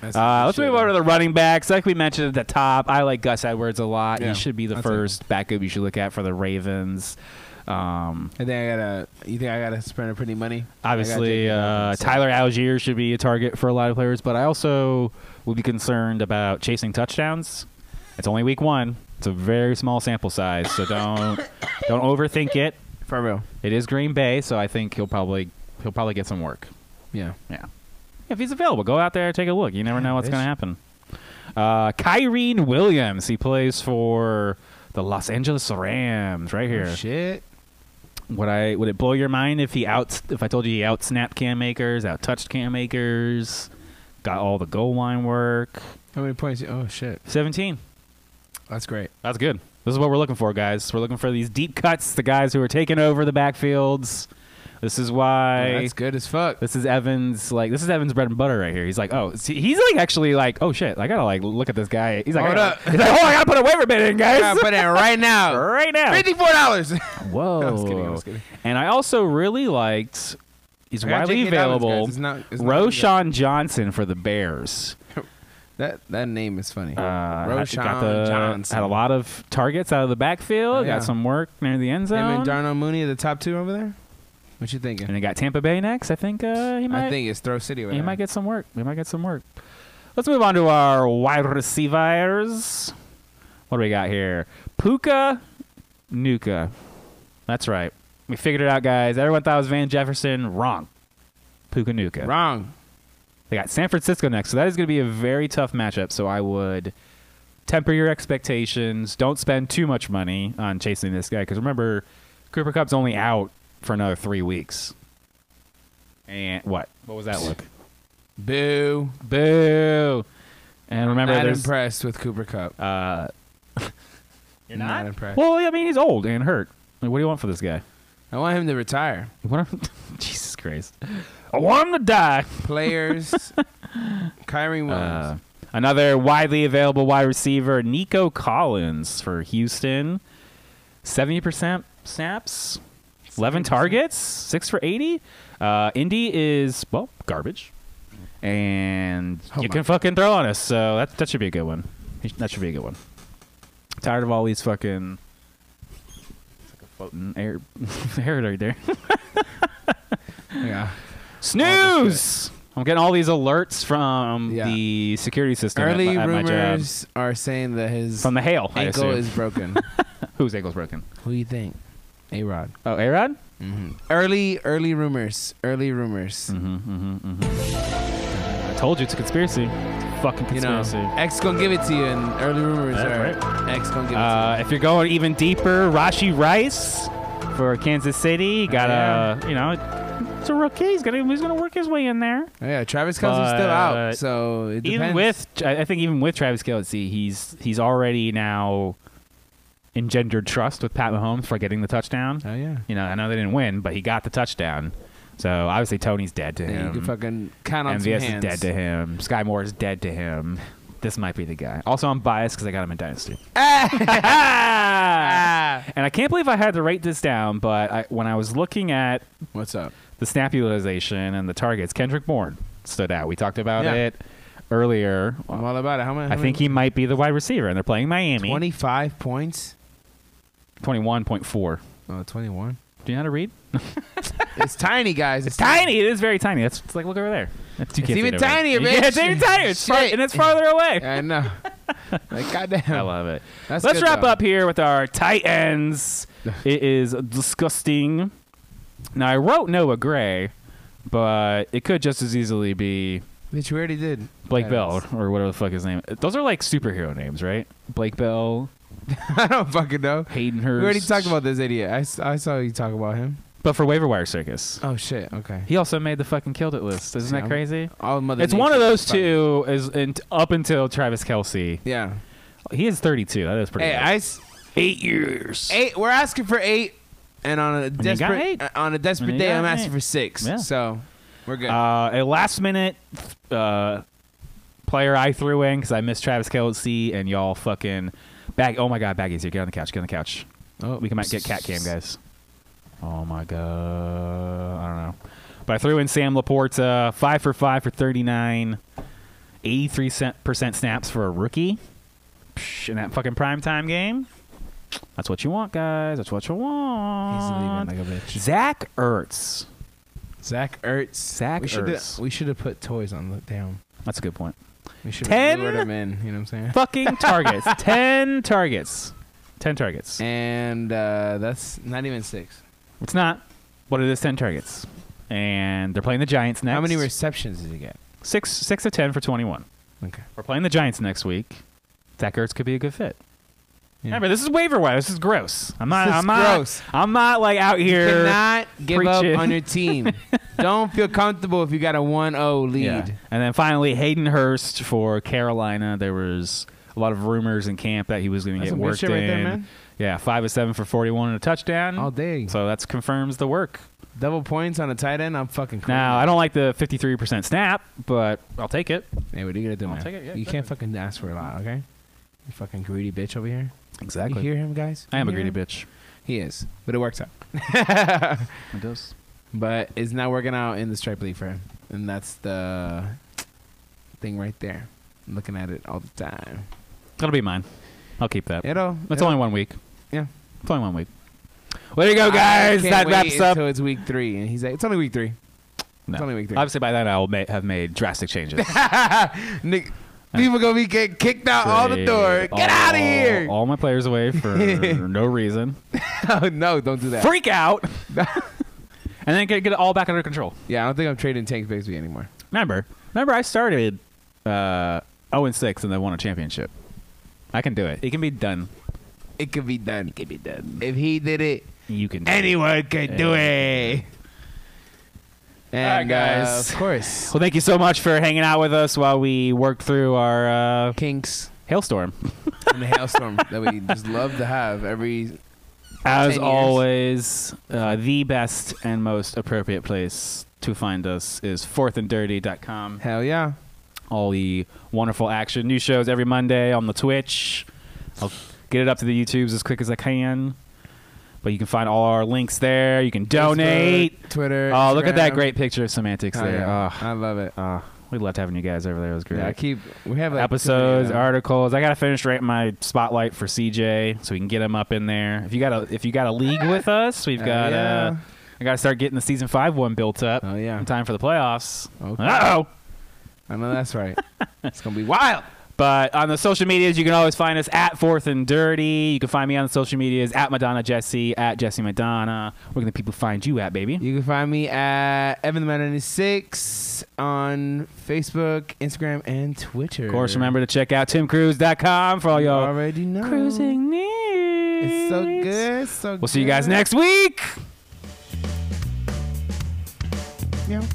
Speaker 1: That's
Speaker 2: Uh,
Speaker 1: some
Speaker 2: let's
Speaker 1: shit,
Speaker 2: move over to
Speaker 1: man.
Speaker 2: the running backs. Like we mentioned at the top, I like Gus Edwards a lot.
Speaker 1: Yeah,
Speaker 2: he should be the
Speaker 1: I'll take
Speaker 2: first backup you should look at for the Ravens. Um,
Speaker 1: I think I gotta. You think I gotta spend a pretty money? I got
Speaker 2: obviously,
Speaker 1: J.K.
Speaker 2: uh,
Speaker 1: Dobbins, so-
Speaker 2: Tyler Algier should be a target for a lot of players, but I also will be concerned about chasing touchdowns. It's only week one. It's a very small sample size, so don't don't overthink it.
Speaker 1: For real.
Speaker 2: It is Green Bay, so I think he'll probably he'll probably get some work.
Speaker 1: Yeah.
Speaker 2: Yeah. If he's available, go out there take a look. You never know what's
Speaker 1: bitch.
Speaker 2: going to happen. Uh, Kyrene Williams, he plays for the Los Angeles Rams right here.
Speaker 1: Oh, Shit.
Speaker 2: would I would it blow your mind if he out if I told you he out snapped can makers, out touched can makers, got all the goal line work?
Speaker 1: How many points? you- Oh shit.
Speaker 2: 17.
Speaker 1: That's great.
Speaker 2: That's good. This is what we're looking for, guys. We're looking for these deep cuts, the guys who are taking over the backfields. This is why
Speaker 1: that's good as fuck.
Speaker 2: this is Evans like this is Evans bread and butter right here. He's like, oh, see, he's like actually like, oh shit, I gotta like look at this guy. He's like, I
Speaker 1: Hold
Speaker 2: gotta-
Speaker 1: up.
Speaker 2: he's like, oh, I gotta put a waiver bid in,
Speaker 1: I
Speaker 2: guys,
Speaker 1: gotta put it right now.
Speaker 2: right now.
Speaker 1: Fifty-four dollars.
Speaker 2: Whoa.
Speaker 1: I was kidding, I was kidding.
Speaker 2: And I also really liked. He's
Speaker 1: I got
Speaker 2: widely
Speaker 1: J.K. Dobbins,
Speaker 2: available.
Speaker 1: guys. It's not- it's not
Speaker 2: Roshan Johnson for the Bears.
Speaker 1: That that name is funny.
Speaker 2: Uh,
Speaker 1: Roshan
Speaker 2: got the-
Speaker 1: Johnson.
Speaker 2: Had a lot of targets out of the backfield.
Speaker 1: Oh, yeah.
Speaker 2: Got some work near the end
Speaker 1: Him and
Speaker 2: zone.
Speaker 1: Darnell Mooney are the top two over there. What you thinking?
Speaker 2: And they got Tampa Bay next. I think uh, he might.
Speaker 1: I think it's Throw City. Over
Speaker 2: He
Speaker 1: there.
Speaker 2: might get some work. We might get some work. Let's move on to our wide receivers. What do we got here? Puka Nuka. That's right. We figured it out, guys. Everyone thought it was Van Jefferson. Wrong. Puka Nuka.
Speaker 1: wrong.
Speaker 2: They got San Francisco next, so that is going to be a very tough matchup. So I would temper your expectations. Don't spend too much money on chasing this guy because remember, Cooper Cup's only out for another three weeks. And what? What was that look?
Speaker 1: Boo.
Speaker 2: Boo. And remember,
Speaker 1: Not
Speaker 2: there's.
Speaker 1: impressed with Cooper Cup.
Speaker 2: uh,
Speaker 1: You're not? impressed.
Speaker 2: well, I mean, he's old and hurt. Like, what do you want for this guy?
Speaker 1: I want him to retire.
Speaker 2: You want him- Jesus Christ. I want him to die.
Speaker 1: Players. Kyrie Williams.
Speaker 2: Uh, another widely available wide receiver, Nico Collins for Houston. 70% snaps, 11 targets, 6 for 80. Uh, Indy is, well, garbage. And
Speaker 1: Oh
Speaker 2: you
Speaker 1: my-
Speaker 2: can fucking throw on us. So that, that should be a good one. That should be a good one. Tired of all these fucking. Floating air, air right there.
Speaker 1: yeah.
Speaker 2: Snooze! I'm getting all these alerts from
Speaker 1: Yeah.
Speaker 2: the security system. at
Speaker 1: Early
Speaker 2: my- at my job.
Speaker 1: rumors are saying that his
Speaker 2: From the hail, I
Speaker 1: ankle
Speaker 2: assume.
Speaker 1: is broken.
Speaker 2: Whose ankle's broken?
Speaker 1: Who do you think? A Rod.
Speaker 2: Oh, Arod?
Speaker 1: Early, early rumors. Early rumors.
Speaker 2: Mm-hmm. I told you it's a conspiracy. It's a fucking
Speaker 1: You know,
Speaker 2: conspiracy.
Speaker 1: X gonna give it to you, and early rumors
Speaker 2: That's
Speaker 1: are X gonna give
Speaker 2: uh, if you're going even deeper, Rashi Rice for Kansas City. He Got a, you know, it's a rookie. He's gonna he's gonna work his way in there.
Speaker 1: it to you. Yeah, Travis Kelsey's still
Speaker 2: but
Speaker 1: out, so it depends.
Speaker 2: Even with I I think even with Travis Kelsey, he's he's already now engendered trust with Pat Mahomes for getting the touchdown.
Speaker 1: oh yeah,
Speaker 2: You know, I know they didn't win, but he got the touchdown. So obviously Tony's dead to
Speaker 1: yeah,
Speaker 2: him.
Speaker 1: you can fucking count on some
Speaker 2: MVS is
Speaker 1: hands.
Speaker 2: dead to him. Sky Moore is dead to him. This might be the guy. Also, I'm biased because I got him in Dynasty. and I can't believe I had to write this down, but I, when I was looking at
Speaker 1: What's up?
Speaker 2: the snap utilization and the targets, Kendrick Bourne stood out. We talked about
Speaker 1: Yeah.
Speaker 2: it earlier.
Speaker 1: I'm all about it. How many?
Speaker 2: I think he might be the wide receiver, and they're playing Miami.
Speaker 1: 25 points.
Speaker 2: 21.4.
Speaker 1: Oh, 21.
Speaker 2: Do you know how to read?
Speaker 1: It's tiny, guys. It's
Speaker 2: tiny. It is very tiny. That's it's like look over there. That's, you can't
Speaker 1: It's
Speaker 2: see
Speaker 1: even
Speaker 2: it over there.
Speaker 1: tinier,
Speaker 2: Yeah, it's
Speaker 1: bitch.
Speaker 2: even tinier. It's far,
Speaker 1: Shit.
Speaker 2: and it's farther away.
Speaker 1: I know. Like, goddamn.
Speaker 2: I love it.
Speaker 1: That's
Speaker 2: Let's
Speaker 1: good,
Speaker 2: wrap
Speaker 1: though.
Speaker 2: up here with our tight ends. it is disgusting. Now I wrote Noah Gray, but it could just as easily be
Speaker 1: Bitch, we already did.
Speaker 2: Blake
Speaker 1: That
Speaker 2: Bell
Speaker 1: is-
Speaker 2: or whatever the fuck his name. Those are like superhero names, right? Blake Bell,
Speaker 1: I don't fucking know.
Speaker 2: Hayden Hurst.
Speaker 1: We already talked about this idiot. I, s- I saw you talk about him.
Speaker 2: But for waiver wire circus,
Speaker 1: Oh shit. Okay.
Speaker 2: he also made the fucking killed it list. Isn't that
Speaker 1: Yeah.
Speaker 2: crazy?
Speaker 1: All mother.
Speaker 2: It's one of those
Speaker 1: Nature's fucking-
Speaker 2: two. Is in, up until Travis Kelsey.
Speaker 1: Yeah.
Speaker 2: He is 32. That is pretty.
Speaker 1: Hey,
Speaker 2: good.
Speaker 1: I s-
Speaker 2: eight years.
Speaker 1: eight. We're asking for eight, and on a
Speaker 2: got
Speaker 1: desperate
Speaker 2: eight.
Speaker 1: uh, on a desperate
Speaker 2: And you
Speaker 1: day,
Speaker 2: got
Speaker 1: I'm
Speaker 2: eight.
Speaker 1: asking for six.
Speaker 2: Yeah.
Speaker 1: So we're good.
Speaker 2: Uh, a last minute uh, player I threw in because I missed Travis Kelsey and y'all fucking bag. Oh my god, baggies here. Get on the couch. Get on the couch.
Speaker 1: oh,
Speaker 2: We can might get cat cam guys. Oh my god, I don't know. But I threw in Sam Laporta, five for five for 39, 83 percent snaps for a rookie Psh, in that fucking primetime game. That's what you want, guys. That's what you want.
Speaker 1: He's leaving like a bitch.
Speaker 2: Zach Ertz.
Speaker 1: Zach Ertz.
Speaker 2: Zach
Speaker 1: we shoulda-
Speaker 2: Ertz.
Speaker 1: We should have put toys on the damn.
Speaker 2: That's a good point.
Speaker 1: We should
Speaker 2: Ten?
Speaker 1: have lured him in. You know what I'm saying?
Speaker 2: fucking targets. Ten targets. Ten targets.
Speaker 1: And uh, that's not even six.
Speaker 2: It's not. What it is? Ten targets. And they're playing the Giants next.
Speaker 1: How many receptions did he get?
Speaker 2: Six. Six of ten for twenty-one.
Speaker 1: Okay.
Speaker 2: We're playing the Giants next week. Zach Ertz could be a good fit.
Speaker 1: Yeah.
Speaker 2: Remember, this is waiver wire. This is gross. I'm not.
Speaker 1: This is
Speaker 2: I'm not.
Speaker 1: gross.
Speaker 2: I'm not like out here.
Speaker 1: Cannot give
Speaker 2: preaching.
Speaker 1: up on your team. Don't feel comfortable if you got a 1-0 lead.
Speaker 2: Yeah. And then finally, Hayden Hurst for Carolina. There was a lot of rumors in camp that he was going to
Speaker 1: That's
Speaker 2: get
Speaker 1: some good
Speaker 2: worked
Speaker 1: shit right
Speaker 2: in.
Speaker 1: there, man.
Speaker 2: Yeah, five of seven for forty-one and a touchdown.
Speaker 1: All day.
Speaker 2: So that confirms the work.
Speaker 1: Double points on a tight end. I'm fucking. Crazy.
Speaker 2: Now I don't like the 53% snap, but I'll take it.
Speaker 1: Hey, what are you gonna do, man?
Speaker 2: take it, yeah,
Speaker 1: you can't fucking ask for a lot, okay? You fucking greedy bitch over here.
Speaker 2: Exactly.
Speaker 1: You hear him, guys?
Speaker 2: I am a
Speaker 1: You hear
Speaker 2: greedy
Speaker 1: him?
Speaker 2: bitch.
Speaker 1: He is, but it works out.
Speaker 2: It does.
Speaker 1: But it's not working out in the stripe league for him, and that's the thing right there. I'm looking at it all the time.
Speaker 2: That'll be mine. I'll keep that.
Speaker 1: It'll.
Speaker 2: It's
Speaker 1: it'll-
Speaker 2: only one week.
Speaker 1: Yeah.
Speaker 2: It's only one week. Well, there you go, guys.
Speaker 1: I can't
Speaker 2: That
Speaker 1: wait
Speaker 2: wraps up.
Speaker 1: Until it's week three, and he's like, "It's only week three.
Speaker 2: No.
Speaker 1: It's only week three.
Speaker 2: Obviously, by then I will ma- have made drastic changes.
Speaker 1: Nick, Ah, people gonna be getting kicked out Ah. all the door.
Speaker 2: All-
Speaker 1: Get out of here!
Speaker 2: All my players away for no reason.
Speaker 1: Oh, no, don't do that.
Speaker 2: Freak out. and then get, get it all back under control.
Speaker 1: Yeah, I don't think I'm trading Tank Bixby anymore.
Speaker 2: Remember, remember I started uh, 0 and 6 and then won a championship. I can do it. It can be done.
Speaker 1: It could be done.
Speaker 2: It can be done.
Speaker 1: If he did it,
Speaker 2: You can. do it.
Speaker 1: anyone could do it. And
Speaker 2: All right, guys.
Speaker 1: uh, of course,
Speaker 2: Well, thank you so much for hanging out with us while we worked through our uh,
Speaker 1: kinks
Speaker 2: hailstorm.
Speaker 1: and the hailstorm that we just love to have every.
Speaker 2: As
Speaker 1: years.
Speaker 2: always, uh, the best and most appropriate place to find us is fourthanddirty.com.
Speaker 1: Hell yeah!
Speaker 2: All the wonderful action, new shows every Monday on the Twitch. I'll get it up to the YouTubes as quick as I can. But you can find all our links there. You can donate.
Speaker 1: Facebook, Twitter.
Speaker 2: Oh, look at that
Speaker 1: Instagram.
Speaker 2: great picture of semantics
Speaker 1: Oh,
Speaker 2: there.
Speaker 1: yeah.
Speaker 2: Oh,
Speaker 1: I love it.
Speaker 2: we loved having you guys over there. It was great.
Speaker 1: yeah, I keep. We have like too
Speaker 2: episodes,
Speaker 1: many of
Speaker 2: articles. I gotta finish writing my spotlight for CJ so we can get him up in there. If you got a if you got a league with us, we've
Speaker 1: Oh,
Speaker 2: got
Speaker 1: yeah.
Speaker 2: uh I gotta start getting the season five one built up
Speaker 1: them. Oh yeah,
Speaker 2: in time for the playoffs.
Speaker 1: Okay.
Speaker 2: Uh oh.
Speaker 1: I know that's right. it's gonna be wild.
Speaker 2: But on the social medias, you can always find us at Fourth and Dirty. You can find me on the social medias at Madonna Jesse, at Jesse Madonna. Where can the people find you at, baby?
Speaker 1: You can find me at Evan the Man 96 on Facebook, Instagram, and Twitter.
Speaker 2: Of course, remember to check out timcruise.com for all
Speaker 1: you
Speaker 2: your
Speaker 1: already know.
Speaker 2: cruising needs.
Speaker 1: It's so good. So
Speaker 2: We'll see you guys
Speaker 1: good.
Speaker 2: next week.
Speaker 1: Yeah.